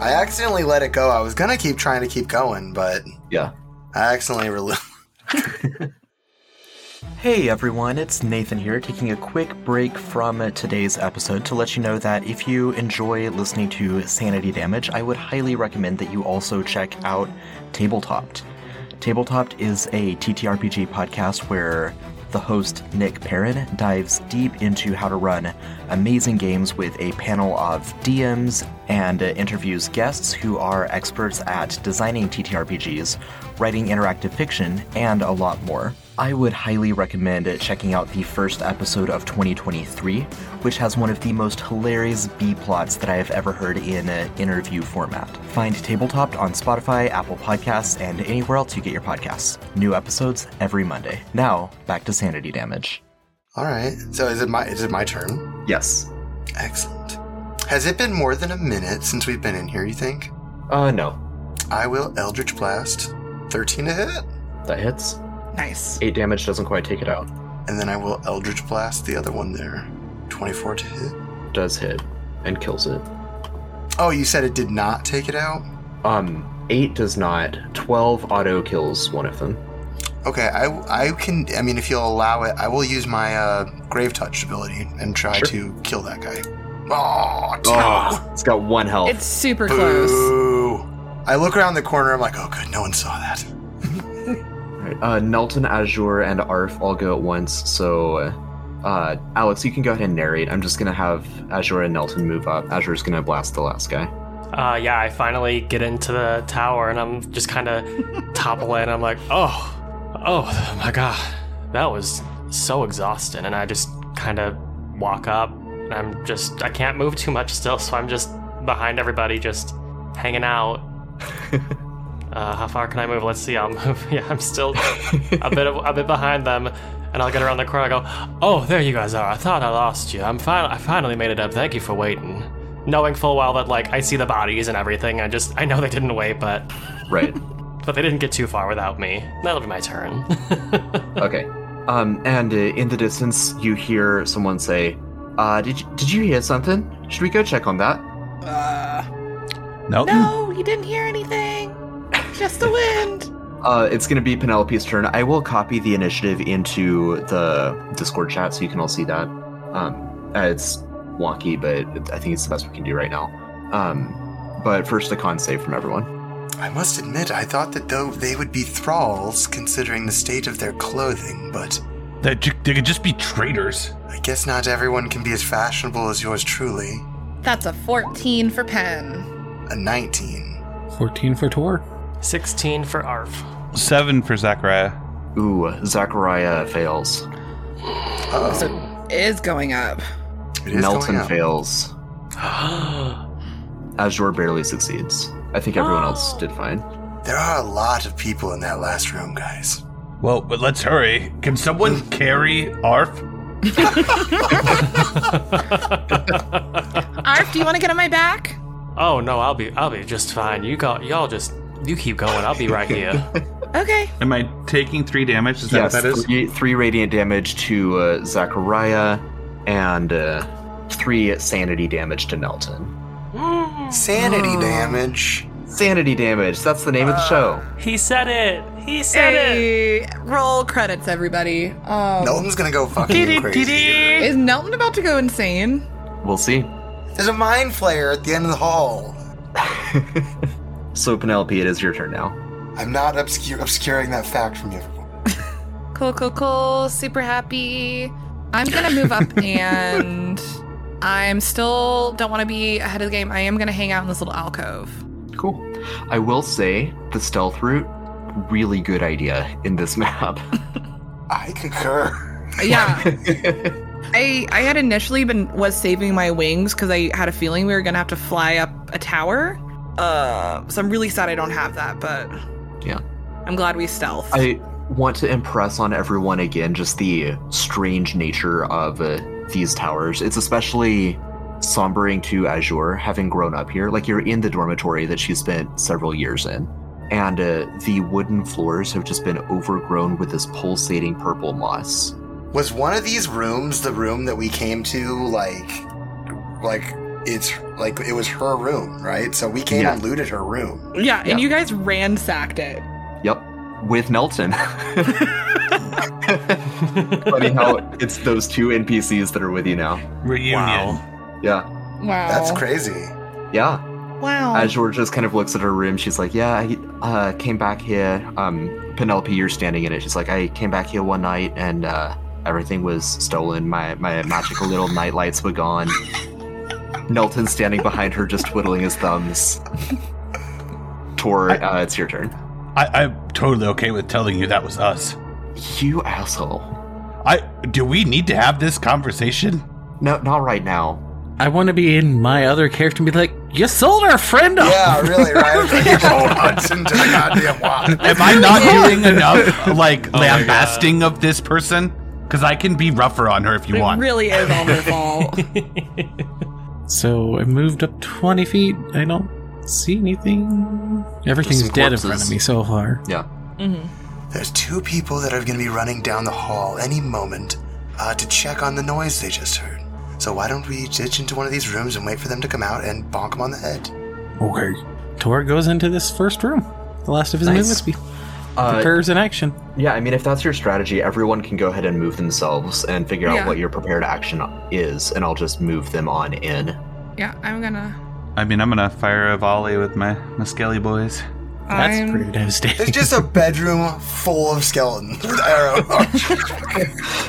F: I accidentally let it go. I was gonna keep trying to keep going, but
E: Yeah.
F: I accidentally rel <laughs>
E: Hey everyone, it's Nathan here, taking a quick break from today's episode to let you know that if you enjoy listening to Sanity Damage, I would highly recommend that you also check out Tabletopped. Tabletopped is a TTRPG podcast where the host, Nick Perrin, dives deep into how to run amazing games with a panel of DMs and uh, interviews guests who are experts at designing TTRPGs, writing interactive fiction, and a lot more. I would highly recommend checking out the first episode of 2023, which has one of the most hilarious B plots that I have ever heard in an interview format. Find Tabletopped on Spotify, Apple Podcasts, and anywhere else you get your podcasts. New episodes every Monday. Now, back to sanity damage.
F: All right. So is it my is it my turn?
E: Yes.
F: Excellent. Has it been more than a minute since we've been in here? You think?
E: Uh, no.
F: I will Eldritch Blast, thirteen to hit,
E: That hits.
C: Nice.
E: Eight damage doesn't quite take it out.
F: and then I will Eldritch Blast the other one there, twenty-four to hit.
E: Does hit and kills it.
F: Oh, you said it did not take it out.
E: Um, eight does not. Twelve auto kills one of them.
F: Okay, I, I can. I mean, if you'll allow it, I will use my uh, Grave Touch ability and try
E: Sure.
F: to kill that guy. Oh,
E: Oh, it's got one health.
C: It's super close.
F: boo! I look around the corner. I'm like, oh, good, no one saw that.
E: Alright, Uh, Nelton, Azure, and Arf all go at once. So, uh, Alex, you can go ahead and narrate. I'm just gonna have Azure and Nelton move up. Azure's gonna blast the last guy.
B: Uh, yeah, I finally get into the tower and I'm just kind of toppling. I'm like, oh, oh my god, that was so exhausting. And I just kind of walk up. And I'm just, I can't move too much still, so I'm just behind everybody, just hanging out. uh, how far can I move? Let's see. I'll move. <laughs> Yeah, I'm still a bit, a bit behind them. And I'll get around the corner. I go, oh, there you guys are. I thought I lost you. I'm fin- I finally made it up. Thank you for waiting. Knowing full well that like I see the bodies and everything. I just I know they didn't wait, but
E: Right.
B: but they didn't get too far without me. That'll be my turn. <laughs>
E: okay. Um, and uh, in the distance, you hear someone say, uh, did you, did you hear something? Should we go check on that?
I: Nelton?
H: No, you didn't hear anything. Just the wind.
E: Uh, it's gonna be Penelope's turn. I will copy the initiative into the Discord chat so you can all see that. Um, uh, it's wonky, but I think it's the best we can do right now. Um, but first, a con save from everyone.
F: I must admit, I thought that though they would be thralls, considering the state of their clothing, but
D: They, ju- they could just be traitors.
F: I guess not everyone can be as fashionable as yours truly.
H: That's a 14 for Pen.
F: A 19.
G: 14 for Tor.
B: Sixteen for Arf.
I: Seven for Zachariah.
E: Ooh, Zachariah fails.
F: Oh,
C: So it is
B: <laughs>
C: going up.
F: it is going
E: Melton
F: up.
E: fails. Azure barely succeeds. I think everyone else did fine.
F: There are a lot of people in that last room, guys.
D: Well, but let's hurry. Can someone carry Arf?
H: Arf, do you want to get on my back?
B: oh no, I'll be I'll be just fine. You got y'all just you keep going. I'll be right here.
H: Okay.
I: Am I taking three damage? Is that
E: yes,
I: what that is?
E: three, three radiant damage to uh, Zachariah and uh, three sanity damage to Melton.
F: Sanity damage.
E: Sanity damage. That's the name of the show.
B: he said it. He said it.
C: Hey, roll credits, everybody. Um,
F: Melton's gonna go fucking crazy.
C: Is Nelton about to go insane?
E: We'll see.
F: There's a mind flayer at the end of the hall.
E: So Penelope, it is your turn now.
F: I'm not obscure, obscuring that fact from you.
H: Cool, cool, cool. Super happy.
C: I'm gonna move
E: <laughs>
C: up and I'm still don't want to be ahead of the game. I am gonna hang out in this little alcove.
E: Cool. I will say the stealth route, really good idea in this <laughs> map.
F: I concur. <laughs>
C: Uh,
E: <laughs>
C: Yeah, I I had initially been was saving my wings because I had a feeling we were gonna have to fly up a tower. Uh, so I'm really sad I don't have that, but
E: Yeah.
C: I'm glad we stealth.
E: I want to impress on everyone again just the strange nature of uh, these towers. It's especially sombering to Azure, having grown up here. Like you're in the dormitory that she spent several years in. And uh, the wooden floors have just been overgrown with this pulsating purple moss.
F: Was one of these rooms the room that we came to? Like, like it's like it was her room, right? So we came
E: Yeah.
F: and looted her room.
C: yeah,
E: yeah.
C: and you guys ransacked it.
E: Yep. with Nelson. <laughs> Funny how it's those two NPCs that are with you now.
I: Reunion.
E: Yeah.
C: Wow.
F: That's crazy.
E: Yeah.
C: Wow.
E: As Georgia just kind of looks at her room, she's like, "Yeah, I uh, came back here. Um, Penelope, you're standing in it. She's like, I came back here one night and uh, everything was stolen. My my magical little night lights were gone." Nelton standing behind her, just twiddling his thumbs. Tor, uh, it's your turn.
I: I, I'm totally okay with telling you that was us.
E: You asshole.
I: I do we need to have this conversation?
E: No, not right now.
G: I want to be in my other character and be like, "You sold our friend off."
F: Yeah, really, right? Like, you hold Hudson to the goddamn wall.
I: Am I not doing enough like
B: my God.
I: lambasting of this person? Because I can be rougher on her if you
C: it
I: want.
C: really is all their
E: <laughs>
C: fault.
G: So I moved up 20 feet. I don't see anything. Everything's
E: some
G: dead in front of
E: corpses.
G: me so far.
E: Yeah.
F: There's two people that are going to be running down the hall any moment uh, to check on the noise they just heard. So why don't we ditch into one of these rooms and wait for them to come out and bonk them on the head?
A: Okay.
G: Tor goes into this first room. The last of his
E: Nice.
G: movements. Be-
E: Uh,
G: prepares an action.
E: yeah, I mean, if that's your strategy, everyone can go ahead and move themselves and figure
C: Yeah.
E: out what your prepared action is, and I'll just move them on in.
C: yeah, I'm gonna.
I: I mean, I'm gonna fire a volley with my my skelly boys.
G: That's
C: I'm,
G: pretty devastating.
F: It's <laughs> just a bedroom full of skeletons with arrow. oh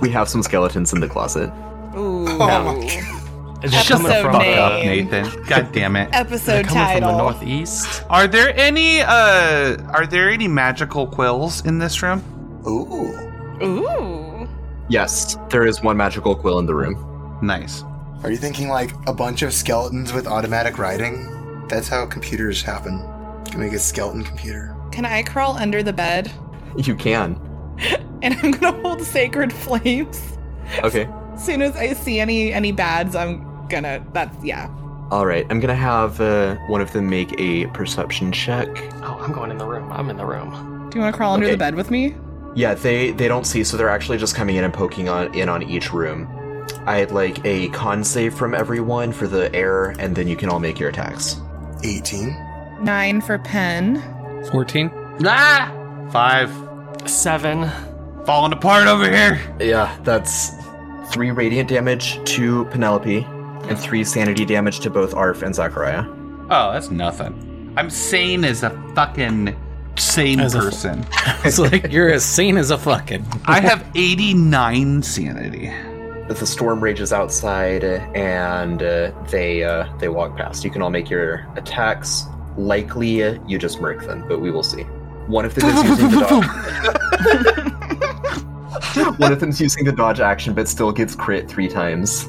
E: We have some skeletons in the closet.
H: Ooh.
C: Oh
F: my god.
B: Is that
H: Episode
B: coming from
I: Fuck up,
B: the,
H: name.
I: Nathan. God damn <laughs> it.
B: they're
H: Episode
B: coming from the
H: title.
B: northeast?
I: Are there any uh are there any magical quills in this room?
F: <laughs> Ooh.
H: Ooh.
E: Yes, there is one magical quill in the room.
I: Nice.
F: Are you thinking like a bunch of skeletons with automatic writing? That's how computers happen. You can make a skeleton computer.
H: Can I crawl under the bed?
E: You can.
H: And I'm gonna hold sacred flames.
E: Okay.
H: As soon as I see any any bads, I'm gonna. That's yeah.
E: All right. I'm gonna have uh, one of them make a perception check.
B: Oh, I'm going in the room. I'm in the room.
C: Do you want to crawl under
E: Okay.
C: the bed with me?
E: Yeah, they they don't see, so they're actually just coming in and poking on in on each room. I'd like a con save from everyone for the error, and then you can all make your attacks.
F: 18.
C: Nine for pen.
G: 14.
I: Ah! Five.
B: Seven.
I: Falling apart over here.
E: Yeah, that's three radiant damage to Penelope, and three sanity damage to both Arf and Zachariah.
I: Oh, that's nothing. I'm sane as a fucking sane
G: As a fu-
I: person.
G: <laughs> It's like you're as sane as a fucking.
I: I have 89 sanity.
E: The storm rages outside, and uh, they uh, they walk past. You can all make your attacks. Likely, uh, you just murk them, but we will see. One of them is using the dodge.
I: <laughs>
E: One of them's using the dodge action, but still gets crit three times.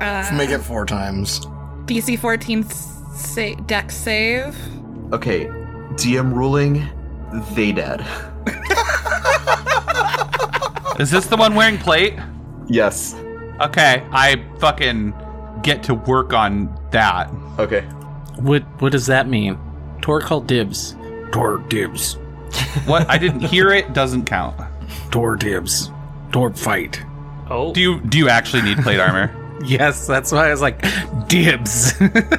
C: Uh,
F: Make it four times.
C: DC 14 sa- deck save.
E: Okay, DM ruling, they dead.
I: Is this the one wearing plate?
E: Yes.
I: Okay, I fucking get to work on that.
E: Okay.
G: What What does that mean? Tor called dibs.
A: Tor dibs.
I: What I didn't hear it doesn't count.
A: Tor dibs. Tor fight.
B: Oh,
I: Do you do you actually need plate <laughs> armor?
G: Yes, that's why I was like, <laughs> dibs.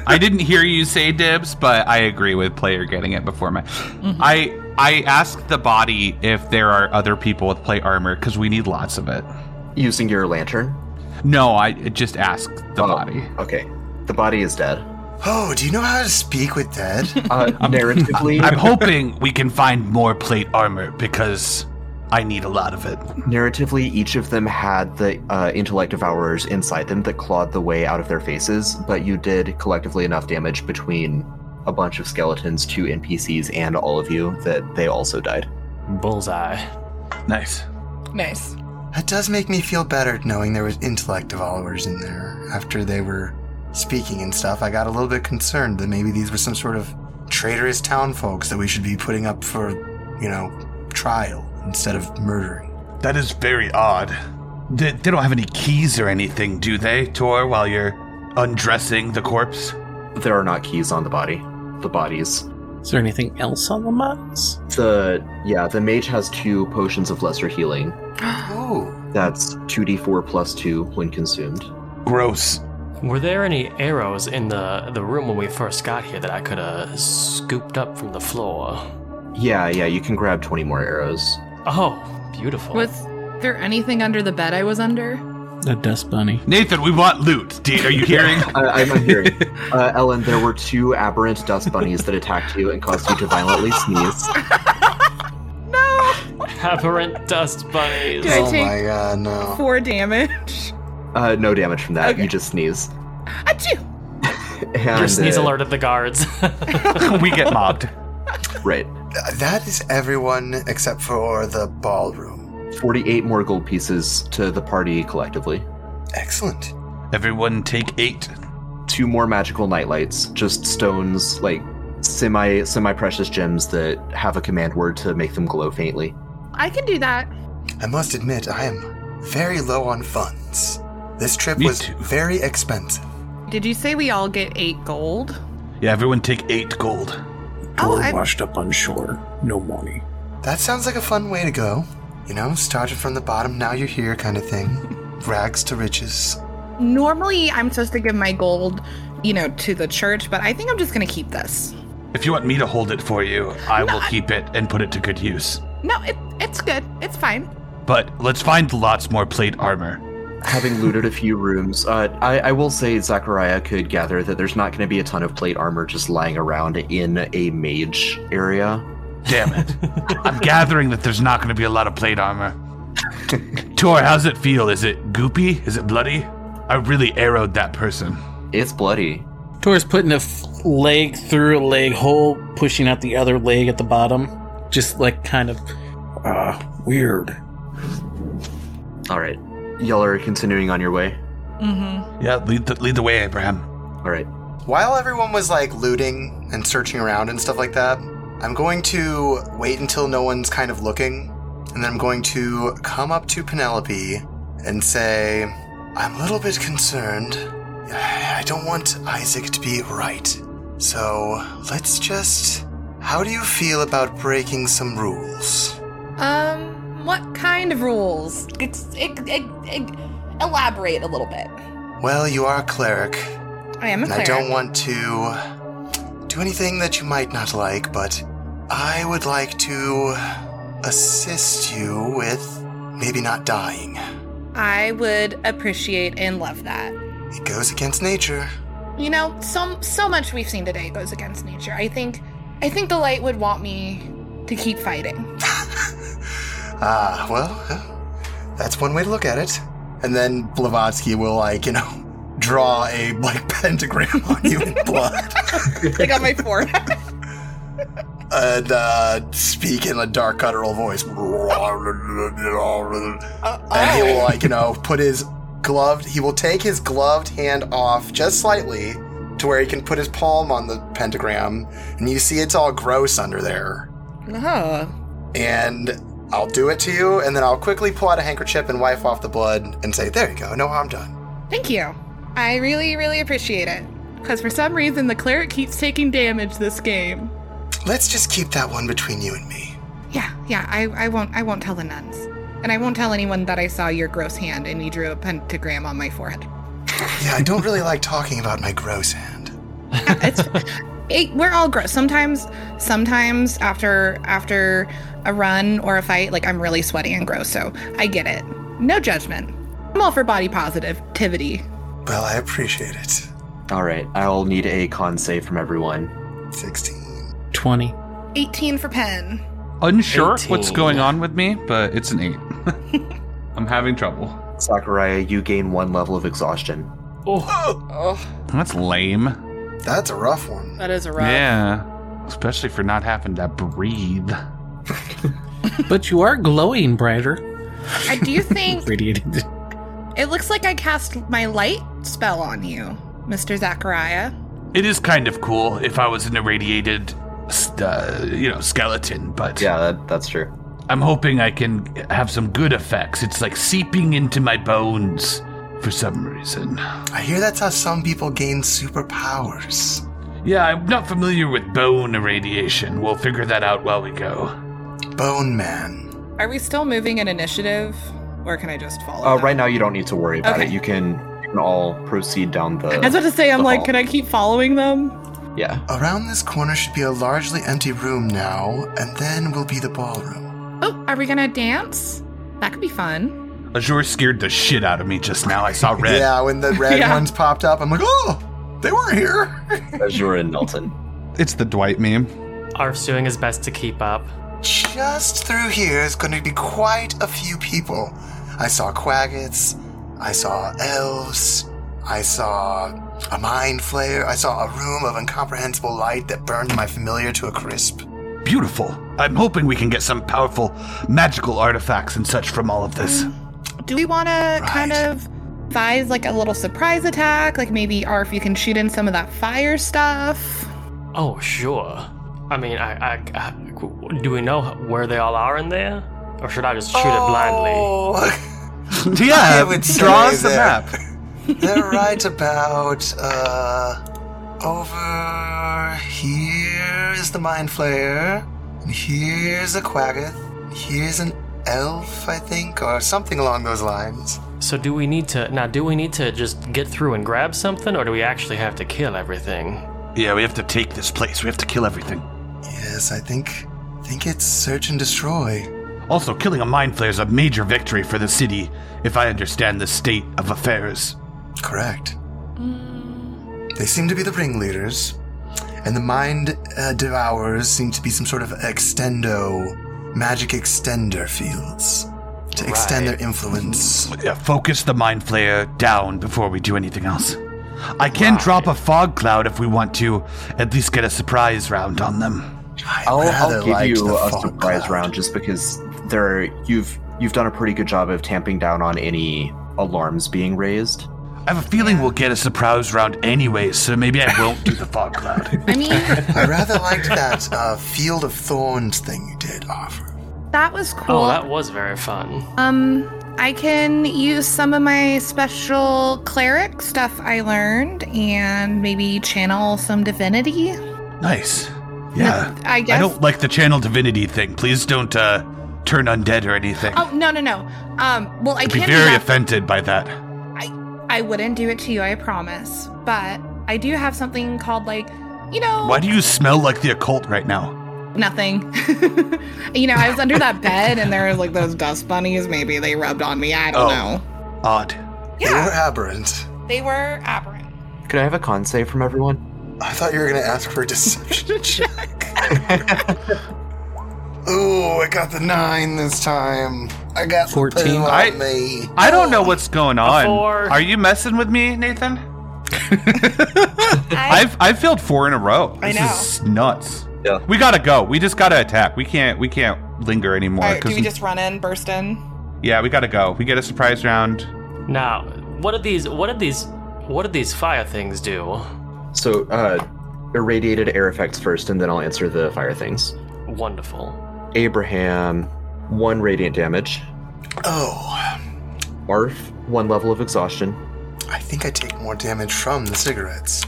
I: I didn't hear you say dibs, but I agree with player getting it before my. I I asked the body if there are other people with plate armor because we need lots of it.
E: Using your lantern.
I: No, I just asked the
E: Oh.
I: body.
E: Okay. The body is
I: <laughs>
E: dead.
F: Oh, do you know how to speak with dead?
E: Uh, narratively, <laughs>
I: <laughs> I'm hoping we can find more plate armor because I need a lot of it.
E: Narratively, each of them had the uh, intellect devourers inside them that clawed the way out of their faces, but you did collectively enough damage between a bunch of skeletons, two NPCs, and all of you that they also died.
B: bullseye.
I: Nice.
H: Nice.
F: That does make me feel better knowing there was intellect devourers in there. After they were speaking and stuff, I got a little bit concerned that maybe these were some sort of traitorous town folks that we should be putting up for, you know, trial instead of murdering.
I: That is very odd. They, they don't have any keys or anything, do they, Tor, while you're undressing the corpse?
E: There are not keys on the body. The bodies.
G: <laughs> is there anything else on the mods?
E: The yeah, the mage has two potions of lesser healing.
F: Oh,
E: That's two d4 plus two when consumed.
I: Gross.
B: Were there any arrows in the, the room when we first got here that I could have scooped up from the floor?
E: Yeah, yeah, you can grab 20 more arrows.
B: Oh, beautiful.
C: Was there anything under the bed I was under?
G: A dust bunny.
D: Nathan, we want loot. D- are you hearing?
E: Uh, I'm not hearing. Uh, Ellen, there were two aberrant dust bunnies that attacked you and caused you to violently sneeze.
B: Aberrant dust bunnies.
C: Did I
F: oh
C: take-
F: my god, no.
C: Four damage. <laughs>
E: Uh, no damage from that.
C: Okay.
E: You just sneeze.
C: Achoo!
E: And,
B: Your sneeze
E: uh,
B: alerted the guards. <laughs>
D: <laughs> we get mobbed.
E: Right.
F: Th- That is everyone except for the ballroom.
E: 48 more gold pieces to the party collectively.
F: Excellent.
D: Everyone take eight.
E: Two more magical nightlights, just stones, like semi semi precious gems that have a command word to make them glow faintly.
C: I can do that.
F: I must admit, I am very low on funds. This trip
D: Me
F: was
D: too.
F: very expensive.
C: Did you say we all get eight gold?
D: Yeah, everyone take eight gold.
A: Or
C: I-
A: washed up on shore. No money.
F: That sounds like a fun way to go. You know, started from the bottom, now you're here kind of thing. Rags to riches.
C: Normally, I'm supposed to give my gold, you know, to the church, but I think I'm just gonna keep this.
D: If you want me to hold it for you, I will keep it and put it to good use.
C: No, it, it's good. It's fine.
D: But let's find lots more plate armor.
E: Having looted a few rooms, uh, I, I will say Zachariah could gather that there's not going to be a ton of plate armor just lying around in a mage area.
D: Damn it. I'm gathering that there's not going to be a lot of
A: <laughs>
D: plate armor. Tor, how's it feel? Is it goopy? Is it bloody? I really arrowed that person.
E: It's bloody.
G: Tor's putting a f- leg through a leg hole, pushing out the other leg at the bottom. Just like kind of.
A: Ah, weird.
E: All right. Y'all are continuing on your way.
C: Mm-hmm.
D: Yeah, lead the, lead the way, Abraham.
E: All right.
F: While everyone was like looting and searching around and stuff like that, I'm going to wait until no one's kind of looking, and then I'm going to come up to Penelope and say, I'm a little bit concerned. I don't want Isaac to be right. So let's just. How do you feel about breaking some rules?
C: Um, what kind of rules?
H: Ex- ex- ex- ex- elaborate a little bit.
F: Well, you are a cleric,
C: I am a
F: And I
C: cleric.
F: don't want to do anything that you might not like, but I would like to assist you with maybe not dying.
C: I would appreciate and love that.
F: It goes against nature.
H: You know, so so much we've seen today goes against nature. I think I think the light would want me to keep
F: <laughs>
H: fighting.
F: Ah, well, huh, that's one way to look at it. And then Blavatsky will, like, you know, <laughs> draw a, like, <laughs> pentagram on you in blood
C: Like on my <laughs> forehead.
F: and uh, speak in a dark guttural voice. and he will like you know put his gloved he will take his gloved hand off just slightly to where he can put his palm on the pentagram and you see it's all gross under there
C: No.
F: and i'll do it to you and then i'll quickly pull out a handkerchief and wipe off the blood and say there you go no harm done
C: Thank you. I really, really appreciate it. Because for some reason, the cleric keeps taking damage this game.
F: let's just keep that one between you and me
C: Yeah, yeah. I, I won't. I won't tell the nuns, and I won't tell anyone that I saw your gross hand and you drew a pentagram on my forehead. <laughs>
F: yeah i don't really like talking about my gross hand
C: it's it, we're all gross sometimes sometimes after after a run or a fight like i'm really sweaty and gross so i get it no judgment i'm all for body positivity
F: well i appreciate it
E: All right. I'll need a con save from everyone.
F: 16
G: 20.
H: 18 for pen.
I: Unsure what's
B: 18.
I: going on with me, but it's an eight. I'm having trouble.
E: Sakurai, you gain one level of exhaustion.
B: oh,
I: That's lame.
F: that's a rough one
C: that is a
I: Yeah. Especially for not having to breathe.
G: <laughs> But you are glowing brighter.
C: i do think
G: Radiated.
C: it looks like i cast my light spell on you mr zachariah
D: It is kind of cool if I was an irradiated, s- uh, you know, skeleton, but
E: Yeah, that, that's true.
D: I'm hoping I can have some good effects. It's like seeping into my bones for some reason.
F: i hear that's how some people gain superpowers
D: Yeah, I'm not familiar with bone irradiation. We'll figure that out while we go.
F: bone man
C: are we still moving an initiative or can i just follow
E: Uh, right now, you don't need to worry about
C: Okay.
E: it. You can can all proceed down the.
C: I was about to say, I'm
E: the
C: like,
E: hall.
C: can I keep following them?
E: Yeah.
F: Around this corner should be a largely empty room now, and then will be the ballroom.
C: Oh, are we gonna dance? That could be fun.
D: Azure scared the shit out of me just now. I saw red.
F: Yeah, when the red
C: Yeah.
F: ones popped up, I'm like, oh, they were here. <laughs>
E: Azure and Nelton.
I: It's the Dwight meme.
B: Arf's doing his best to keep up.
F: Just through here is going to be quite a few people. I saw quaggots. I saw elves. I saw a mind flare. I saw a room of incomprehensible light that burned my familiar to a crisp.
D: Beautiful. I'm hoping we can get some powerful magical artifacts and such from all of
I: <laughs>
D: this.
C: Do we want to kind
F: Right.
C: of devise like a little surprise attack? Like maybe, or if you can shoot in some of that fire stuff.
B: Oh, sure. I mean, I, I, I- do we know where they all are in there? Or should I just shoot it blindly?
F: Oh. <laughs> I would
I: draw
F: say
I: us a
F: that-
I: map.
F: They're right about uh over here is the mind flayer. And here's a quaggoth. Here's an elf, I think, or something along those lines.
B: So do we need to now? Do we need to just get through and grab something, or do we actually have to kill everything?
D: Yeah, we have to take this place. We have to kill everything.
F: Yes, I think I think it's search and destroy.
D: Also, killing a mind flayer is a major victory for the city, if I understand the state of affairs.
F: Correct. They seem to be the ringleaders, and the mind uh, devourers seem to be some sort of extendo, magic extender fields to extend their influence.
D: Yeah, Uh, focus the mind flayer down before we do anything else. I can drop a fog cloud if we want to, at least get a surprise round on them.
F: I
E: <laughs> I'll,
F: rather
E: I'll give
F: liked
E: you
F: the
E: a
F: fog
E: surprise
F: <laughs> cloud.
E: round just because there you've you've done a pretty good job of tamping down on any alarms being raised.
D: I have a feeling we'll get a surprise round anyway, so maybe I won't do the fog cloud.
C: <laughs> I mean,
E: <laughs>
F: I rather liked that uh, Field of Thorns thing you did offer.
C: that was cool.
B: Oh, that was very fun.
C: Um, I can use some of my special cleric stuff I learned and maybe channel some divinity.
D: Nice. Yeah.
C: I
D: I
C: guess.
D: don't like the channel divinity thing. Please don't uh, turn undead or anything.
C: Oh no no no. Um, well I
D: I'd be
C: can't. do
D: very
C: that.
D: offended by that.
C: I I wouldn't do it to you, I promise. But I do have something called like, you know,
D: Why do you smell like the occult right now?
C: nothing. <laughs> you know, I was under that bed and there was like those dust bunnies. Maybe they rubbed on me. I don't
D: Oh.
C: know.
D: Odd.
F: They were
H: Yeah,
F: aberrant.
H: they were
D: <laughs>
H: aberrant.
E: Could I have a con save from everyone?
F: I thought you were going to ask for a deception check. Ooh, I got the nine this time. I got
G: 14.
F: 14 on
I: I-
F: me.
I: I don't know what's going on.
B: four.
I: Are you messing with me, Nathan?
H: I,
I: I've I've failed four in a row.
H: I
I: This
H: know.
I: is nuts.
E: Yeah.
I: We gotta go. We just gotta attack. We can't we can't linger anymore.
H: All right, do
I: 'cause
H: we just run in, burst in?
I: yeah, we gotta go. We get a surprise round.
B: Now, what did these? What did these? What did these fire things do?
E: So uh irradiated air effects first and then I'll answer the fire things.
B: Wonderful.
E: Abraham, one radiant damage.
F: Oh,
E: Arf, one level of exhaustion.
F: I think I take more damage from the cigarettes.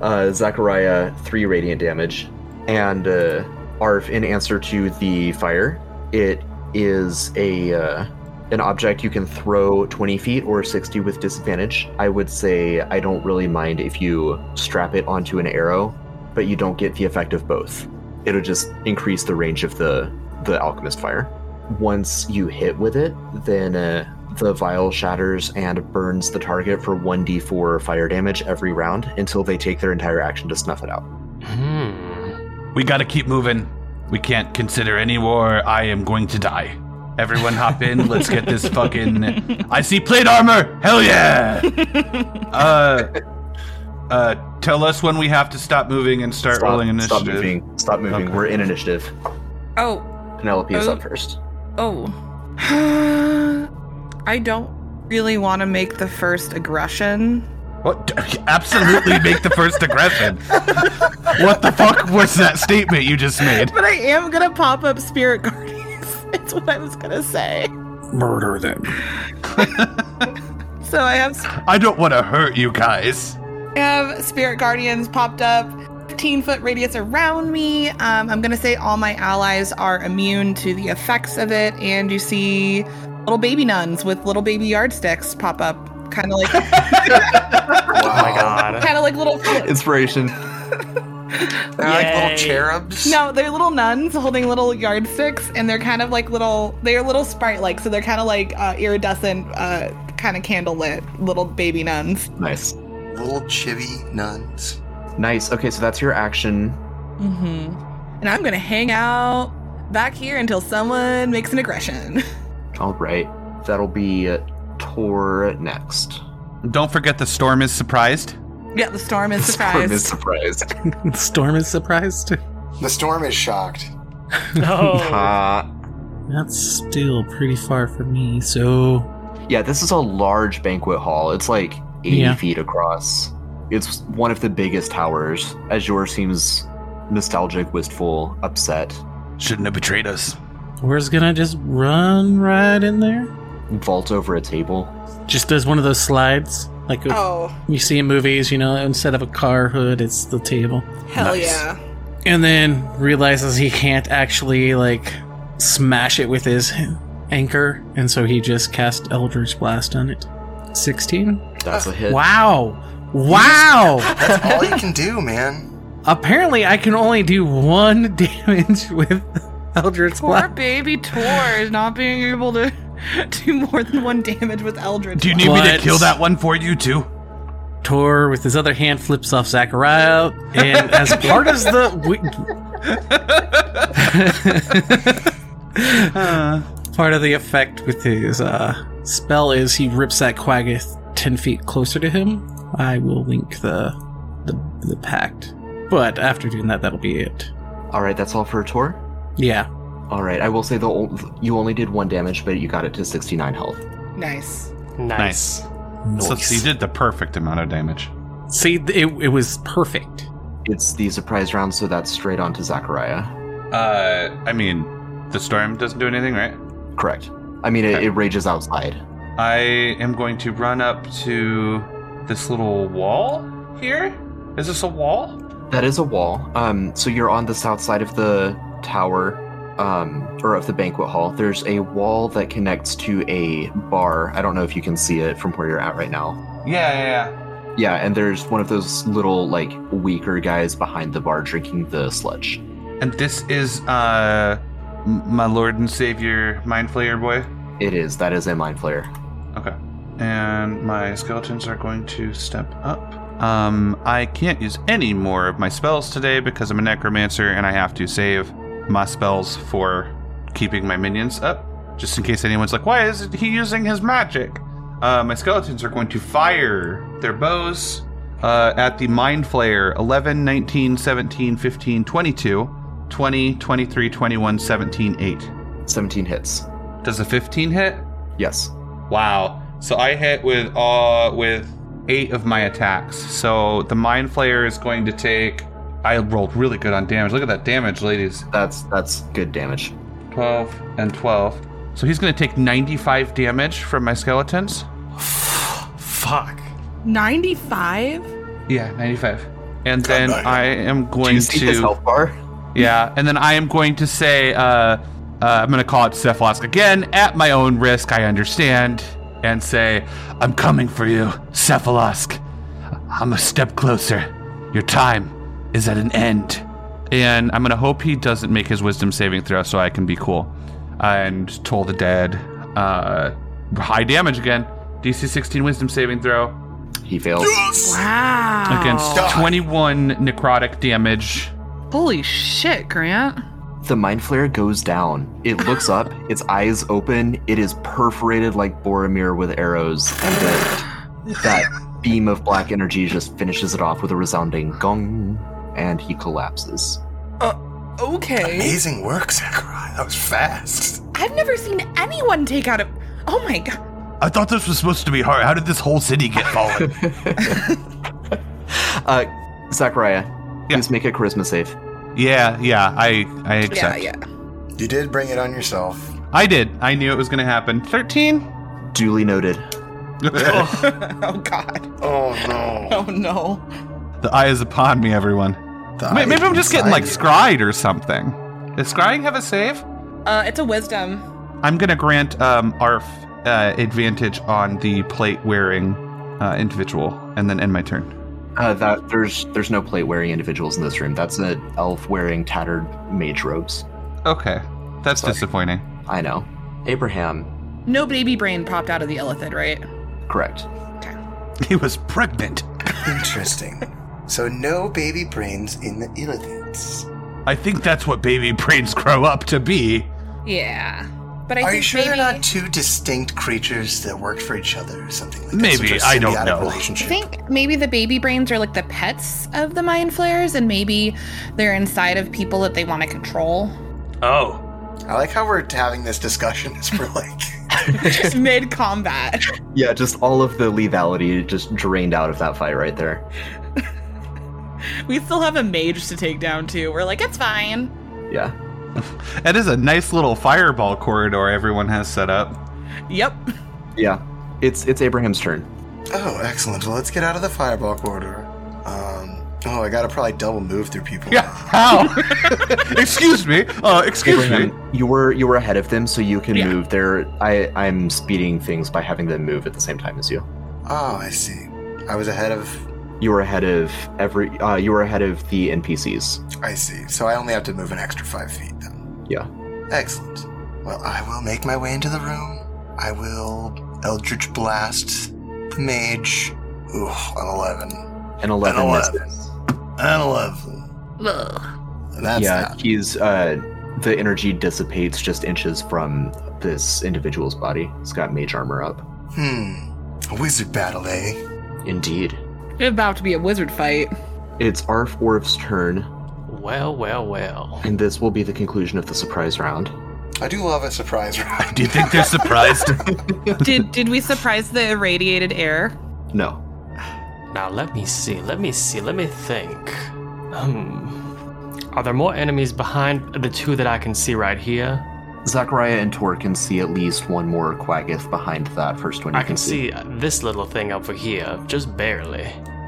E: uh, Zachariah three radiant damage, and uh, Arf in answer to the fire. It is a uh, an object you can throw 20 feet or 60 with disadvantage. I would say I don't really mind if you strap it onto an arrow, but you don't get the effect of both. It'll just increase the range of the the alchemist fire. Once you hit with it, then uh, the vial shatters and burns the target for 1d4 fire damage every round until they take their entire action to snuff it out.
B: Hmm.
D: We gotta keep moving. We can't consider any war. I am going to die. Everyone hop in. Let's
H: <laughs>
D: get this fucking. I see plate armor. Hell yeah. Uh, uh, tell us when we have to stop moving and start
E: Stop-
I: rolling initiative.
E: Stop moving. Stop moving.
I: Okay.
E: We're in initiative.
C: Oh
E: Penelope is
C: Oh.
E: up first.
H: <sighs>
C: oh. I don't really want to make the first aggression.
D: What? <laughs> Absolutely make the first aggression. what the fuck was that statement you just made?
C: But I am gonna pop up spirit guardians. <laughs> That's what I was gonna say.
A: Murder
G: <laughs>
A: them.
C: So I have
D: I don't want to hurt you guys.
C: I have spirit guardians popped up 15 foot radius around me um, i'm gonna say all my allies are immune to the effects of it and you see little baby nuns with little baby yardsticks pop up kind of
E: <laughs>
C: like
B: Oh my
C: <laughs>
B: god.
C: kind of like little
E: Inspiration.
F: They're like
B: Yay.
F: little cherubs.
C: no, they're little nuns holding little yardsticks, and they're kind of like little they're little sprite like, so they're kind of like uh, iridescent, uh, kind of candle lit little baby nuns.
E: Nice.
F: Little chibi nuns.
E: Nice. Okay, so that's your action.
C: Mm-hmm. And I'm gonna hang out back here until someone makes an aggression. <laughs>
E: All right. That'll be uh, Tor next.
I: Don't forget the storm is surprised.
C: yeah, the storm is
E: Storm
C: surprised.
I: <laughs>
E: is surprised.
G: Storm is surprised.
F: The storm is shocked.
B: No.
E: Uh,
G: That's still pretty far from me, so
E: yeah, this is a large banquet hall. It's like 80
G: Yeah.
E: feet across. It's one of the biggest towers. Azure seems nostalgic, wistful, upset.
D: Shouldn't have betrayed us.
G: we're just gonna just run right in there.
E: Vault over a table.
G: Just does one of those slides, like
H: Oh,
G: you see in movies. You know, instead of a car hood, it's the table.
H: hell
D: Nice.
H: yeah.
G: and then realizes he can't actually like smash it with his anchor and so he just cast eldritch blast on it 16
E: That's a hit.
G: Uh, wow wow
F: That's all you can do, man.
G: apparently i can only do one <laughs> damage with eldritch
C: Poor
G: blast
C: baby Tor is not being able to <laughs> do more than one damage with Eldritch.
D: Do you
C: Blast.
D: need me
G: What?
D: to kill that one for you too?
G: tor with his other hand flips off zachariah and as hard as the <laughs> part of the effect with his uh, spell is he rips that quaggith 10 feet closer to him i will link the the, the pact but after doing that that'll be it
E: All right, that's all for Tor.
G: yeah
E: All right, I will say the ol- you only did one damage, but you got it to 69 health.
C: Nice.
B: nice.
I: So you did the perfect amount of damage.
G: see th- it, it was perfect
E: It's the surprise round, so that's straight on to Zachariah.
I: Uh, I mean, the storm doesn't do anything, right?
E: Correct. I mean, it,
I: Okay.
E: it rages outside.
I: I am going to run up to this little wall here. Is this a wall?
E: That is a wall. Um, so you're on the south side of the tower, um, or of the banquet hall. There's a wall that connects to a bar. I don't know if you can see it from where you're at right now.
I: Yeah, yeah,
E: Yeah, and there's one of those little, like, weaker guys behind the bar drinking the sludge.
I: yeah. And this is uh, m- my lord and savior, Mind Flayer boy.
E: It is. That is a mind flare.
I: Okay. And my skeletons are going to step up. Um, I can't use any more of my spells today because I'm a necromancer and I have to save my spells for keeping my minions up. Just in case anyone's like, why isn't he using his magic? Uh, my skeletons are going to fire their bows uh, at the Mind Flayer 11, 19, 17, 15, 22, 20, 23, 21, 17, 8.
E: 17 hits.
I: Does a 15 hit?
E: Yes.
I: Wow. So I hit with uh with eight of my attacks. So the mind flayer is going to take. I rolled really good on damage. Look at that damage, ladies.
E: That's that's good damage.
I: Twelve and twelve. So he's going to take ninety-five damage from my skeletons.
B: Fuck.
C: 95?
I: Yeah, ninety-five. And then I am
E: Do
I: going
E: you see his
I: to.
E: health bar?
I: Yeah, and then I am going to say. Uh, uh, I'm going to call it Cephalosk again at my own risk. I understand, and say, "I'm coming for you, Cephalosk." I'm a step closer. Your time is at an end. And I'm going to hope he doesn't make his wisdom saving throw so I can be cool. uh, And Toll the Dead. Uh, high damage again. DC 16 wisdom saving throw.
E: He fails.
C: Wow.
I: Against
F: God.
I: 21 necrotic damage.
C: Holy shit, Grant.
E: The mind flare goes down. It looks up, <laughs> its eyes open, it is perforated like Boromir with arrows, and then that beam of black energy just finishes it off with a resounding gong, and he collapses.
C: Okay.
F: Amazing work, Sakurai. That was fast.
C: I've never seen anyone take out a. Oh my god.
D: I thought this was supposed to be hard. How did this whole city get fallen?
E: Uh, Zachariah,
I: Yeah.
E: please make a charisma save.
I: Yeah, yeah, I, I accept.
C: Yeah, <laughs>
F: You did bring it on yourself.
I: I did. I knew it was going to happen. 13?
E: Duly noted.
C: yeah. Oh god.
F: Oh no.
C: <laughs> Oh no.
I: <laughs> The eye is upon me, everyone.
F: The
I: Wait, maybe I'm just getting like
F: inside
I: scryed or something. Does scrying have a save?
C: Uh, it's a wisdom.
I: I'm gonna grant um, Arf uh, advantage on the plate wearing uh, individual, and then end my turn.
E: Uh, that there's there's no plate wearing individuals in this room. That's an elf wearing tattered mage robes.
I: Okay, that's
E: Sorry.
I: disappointing.
E: I know. Abraham,
C: No baby brain popped out of the illithid, right?
E: correct.
D: He was pregnant.
F: Interesting. so no baby brains in the illithids.
D: I think that's what baby brains grow up to be.
C: Yeah.
H: But I
F: Are
H: think
F: you sure
H: maybe,
F: they're not two distinct creatures that worked for each other or something like that?
D: Maybe,
F: Some sort of
D: I don't
F: symbiotic
D: know.
H: I
F: Relationship.
H: think maybe the baby brains are like the pets of the mind flayers, and maybe they're inside of people that they want to control. <laughs>
D: Oh.
F: I like how we're having this discussion as we're like,
C: <laughs>
F: <laughs>
H: Just mid combat.
E: Yeah, just all of the lethality just drained out of that fight right there.
C: We still have a mage to take down too. We're like, it's
H: It's fine.
E: Yeah.
I: That is a nice little fireball corridor everyone has set up.
C: yep.
E: Yeah. It's it's Abraham's turn.
F: oh, excellent. Well, let's get out of the fireball corridor. Um, oh, I gotta probably double move through people.
I: Yeah. How? <laughs> excuse me. Uh, excuse me.
E: Abraham, you were you were ahead of them, so you can
C: Yeah.
E: move. There, I I'm speeding things by having them move at the same time as you.
F: Oh, I see. I was ahead of.
E: You were ahead of every. Uh, you were ahead of the NPCs.
F: I see. So I only have to move an extra five feet then.
E: Yeah.
F: Excellent. Well, I will make my way into the room. I will Eldritch Blast the Mage. Ooh, an 11.
E: An eleven.
F: An
E: misses.
F: 11. An 11. That's
E: yeah,
F: not.
E: he's uh, the energy dissipates just inches from this individual's body. He's got mage armor up.
F: Hmm. A wizard battle, eh?
E: Indeed,
C: About to be a wizard fight.
E: it's Arf Orf's turn,
B: Well, well, well.
E: and this will be the conclusion of the surprise round.
F: I do love a surprise round.
D: Do you think they're surprised?
C: did did we surprise the irradiated air?
E: No,
B: Now let me see, let me see, let me think. Hmm. Are there more enemies behind the two that I can see right here?
E: Zachariah and Tor can see at least one more Quaggith behind that first one. You
B: I can see this little thing over here, just barely.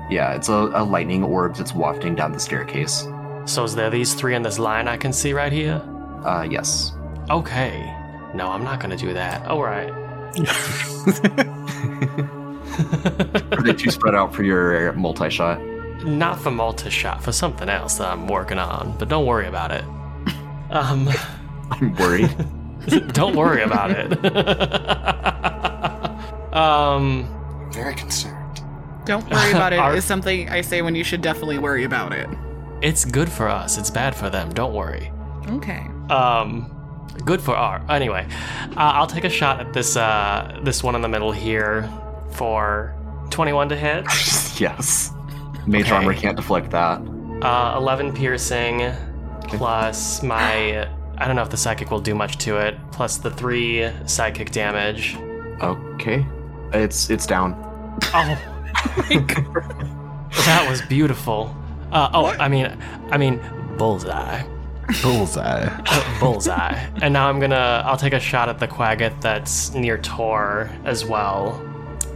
E: Yeah, it's a, a lightning orb that's wafting down the staircase.
B: So is there these three in this line I can see right here?
E: Uh,
B: <laughs>
E: yes.
B: Okay. No, I'm not gonna do that. All right.
E: Are they too spread out for your multi shot?
B: not for multi shot, for something else that I'm working on. But don't worry about <laughs> it. Um,
E: I'm worried.
B: <laughs> don't worry about <laughs> it. um.
F: Very concerned.
C: Don't
H: <laughs>
C: worry about it.
B: Our-
C: Is something I say when you should definitely worry about it.
B: It's good for us. It's bad for them. Don't worry.
C: Okay.
B: Um, good for R. Anyway, uh, I'll take a shot at this uh, this one in the middle here for 21 to hit,
E: <laughs> yes. Mage
B: Okay.
E: armor can't deflect that.
B: uh, 11 piercing, plus my I don't know if the psychic will do much to it, plus the three psychic damage.
E: Okay. It's it's down.
B: Oh, that was beautiful. Uh, oh, I mean, I mean, bullseye.
I: Bullseye.
B: bullseye. <laughs> and now I'm gonna. I'll take a shot at the quagget that's near Tor as well.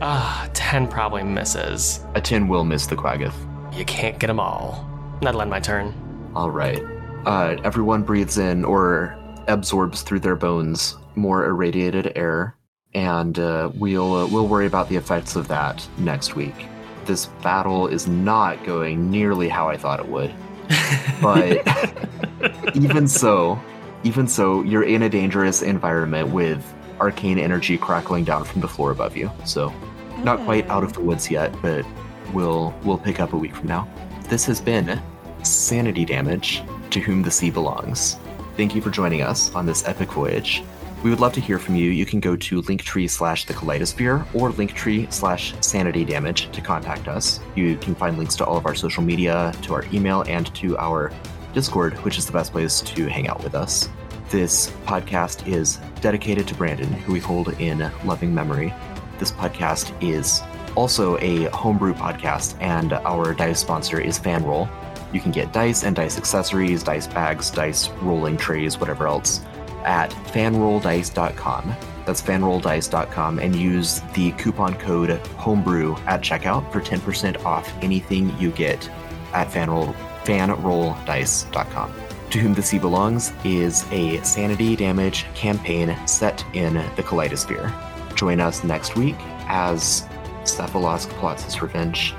B: Ah, ten probably misses.
E: A tin will miss the Quaggith.
B: You can't get them all. That'll end my turn.
E: All right. Uh, everyone breathes in or absorbs through their bones more irradiated air, and uh, we'll uh, we'll worry about the effects of that next week. This battle is not going nearly how I thought it would, but even so, even so, you're in a dangerous environment with arcane energy crackling down from the floor above you. So, not quite out of the woods yet, but we'll we'll pick up a week from now. This has been sanity damage to whom the sea belongs. Thank you for joining us on this epic voyage. We would love to hear from you. You can go to linktree slash the kaleidosphere or linktree slash sanity damage to contact us. You can find links to all of our social media, to our email, and to our Discord, which is the best place to hang out with us. This podcast is dedicated to Brandon, who we hold in loving memory. This podcast is also a homebrew podcast, and our dice sponsor is Fanroll. You can get dice and dice accessories, dice bags, dice rolling trays, whatever else, at fanrolldice.com. That's fanrolldice.com and use the coupon code homebrew at checkout for 10% off anything you get at fanroll, fanrolldice.com. To Whom the Sea Belongs is a sanity damage campaign set in the Kaleidosphere. join us next week as Cephalosk plots his revenge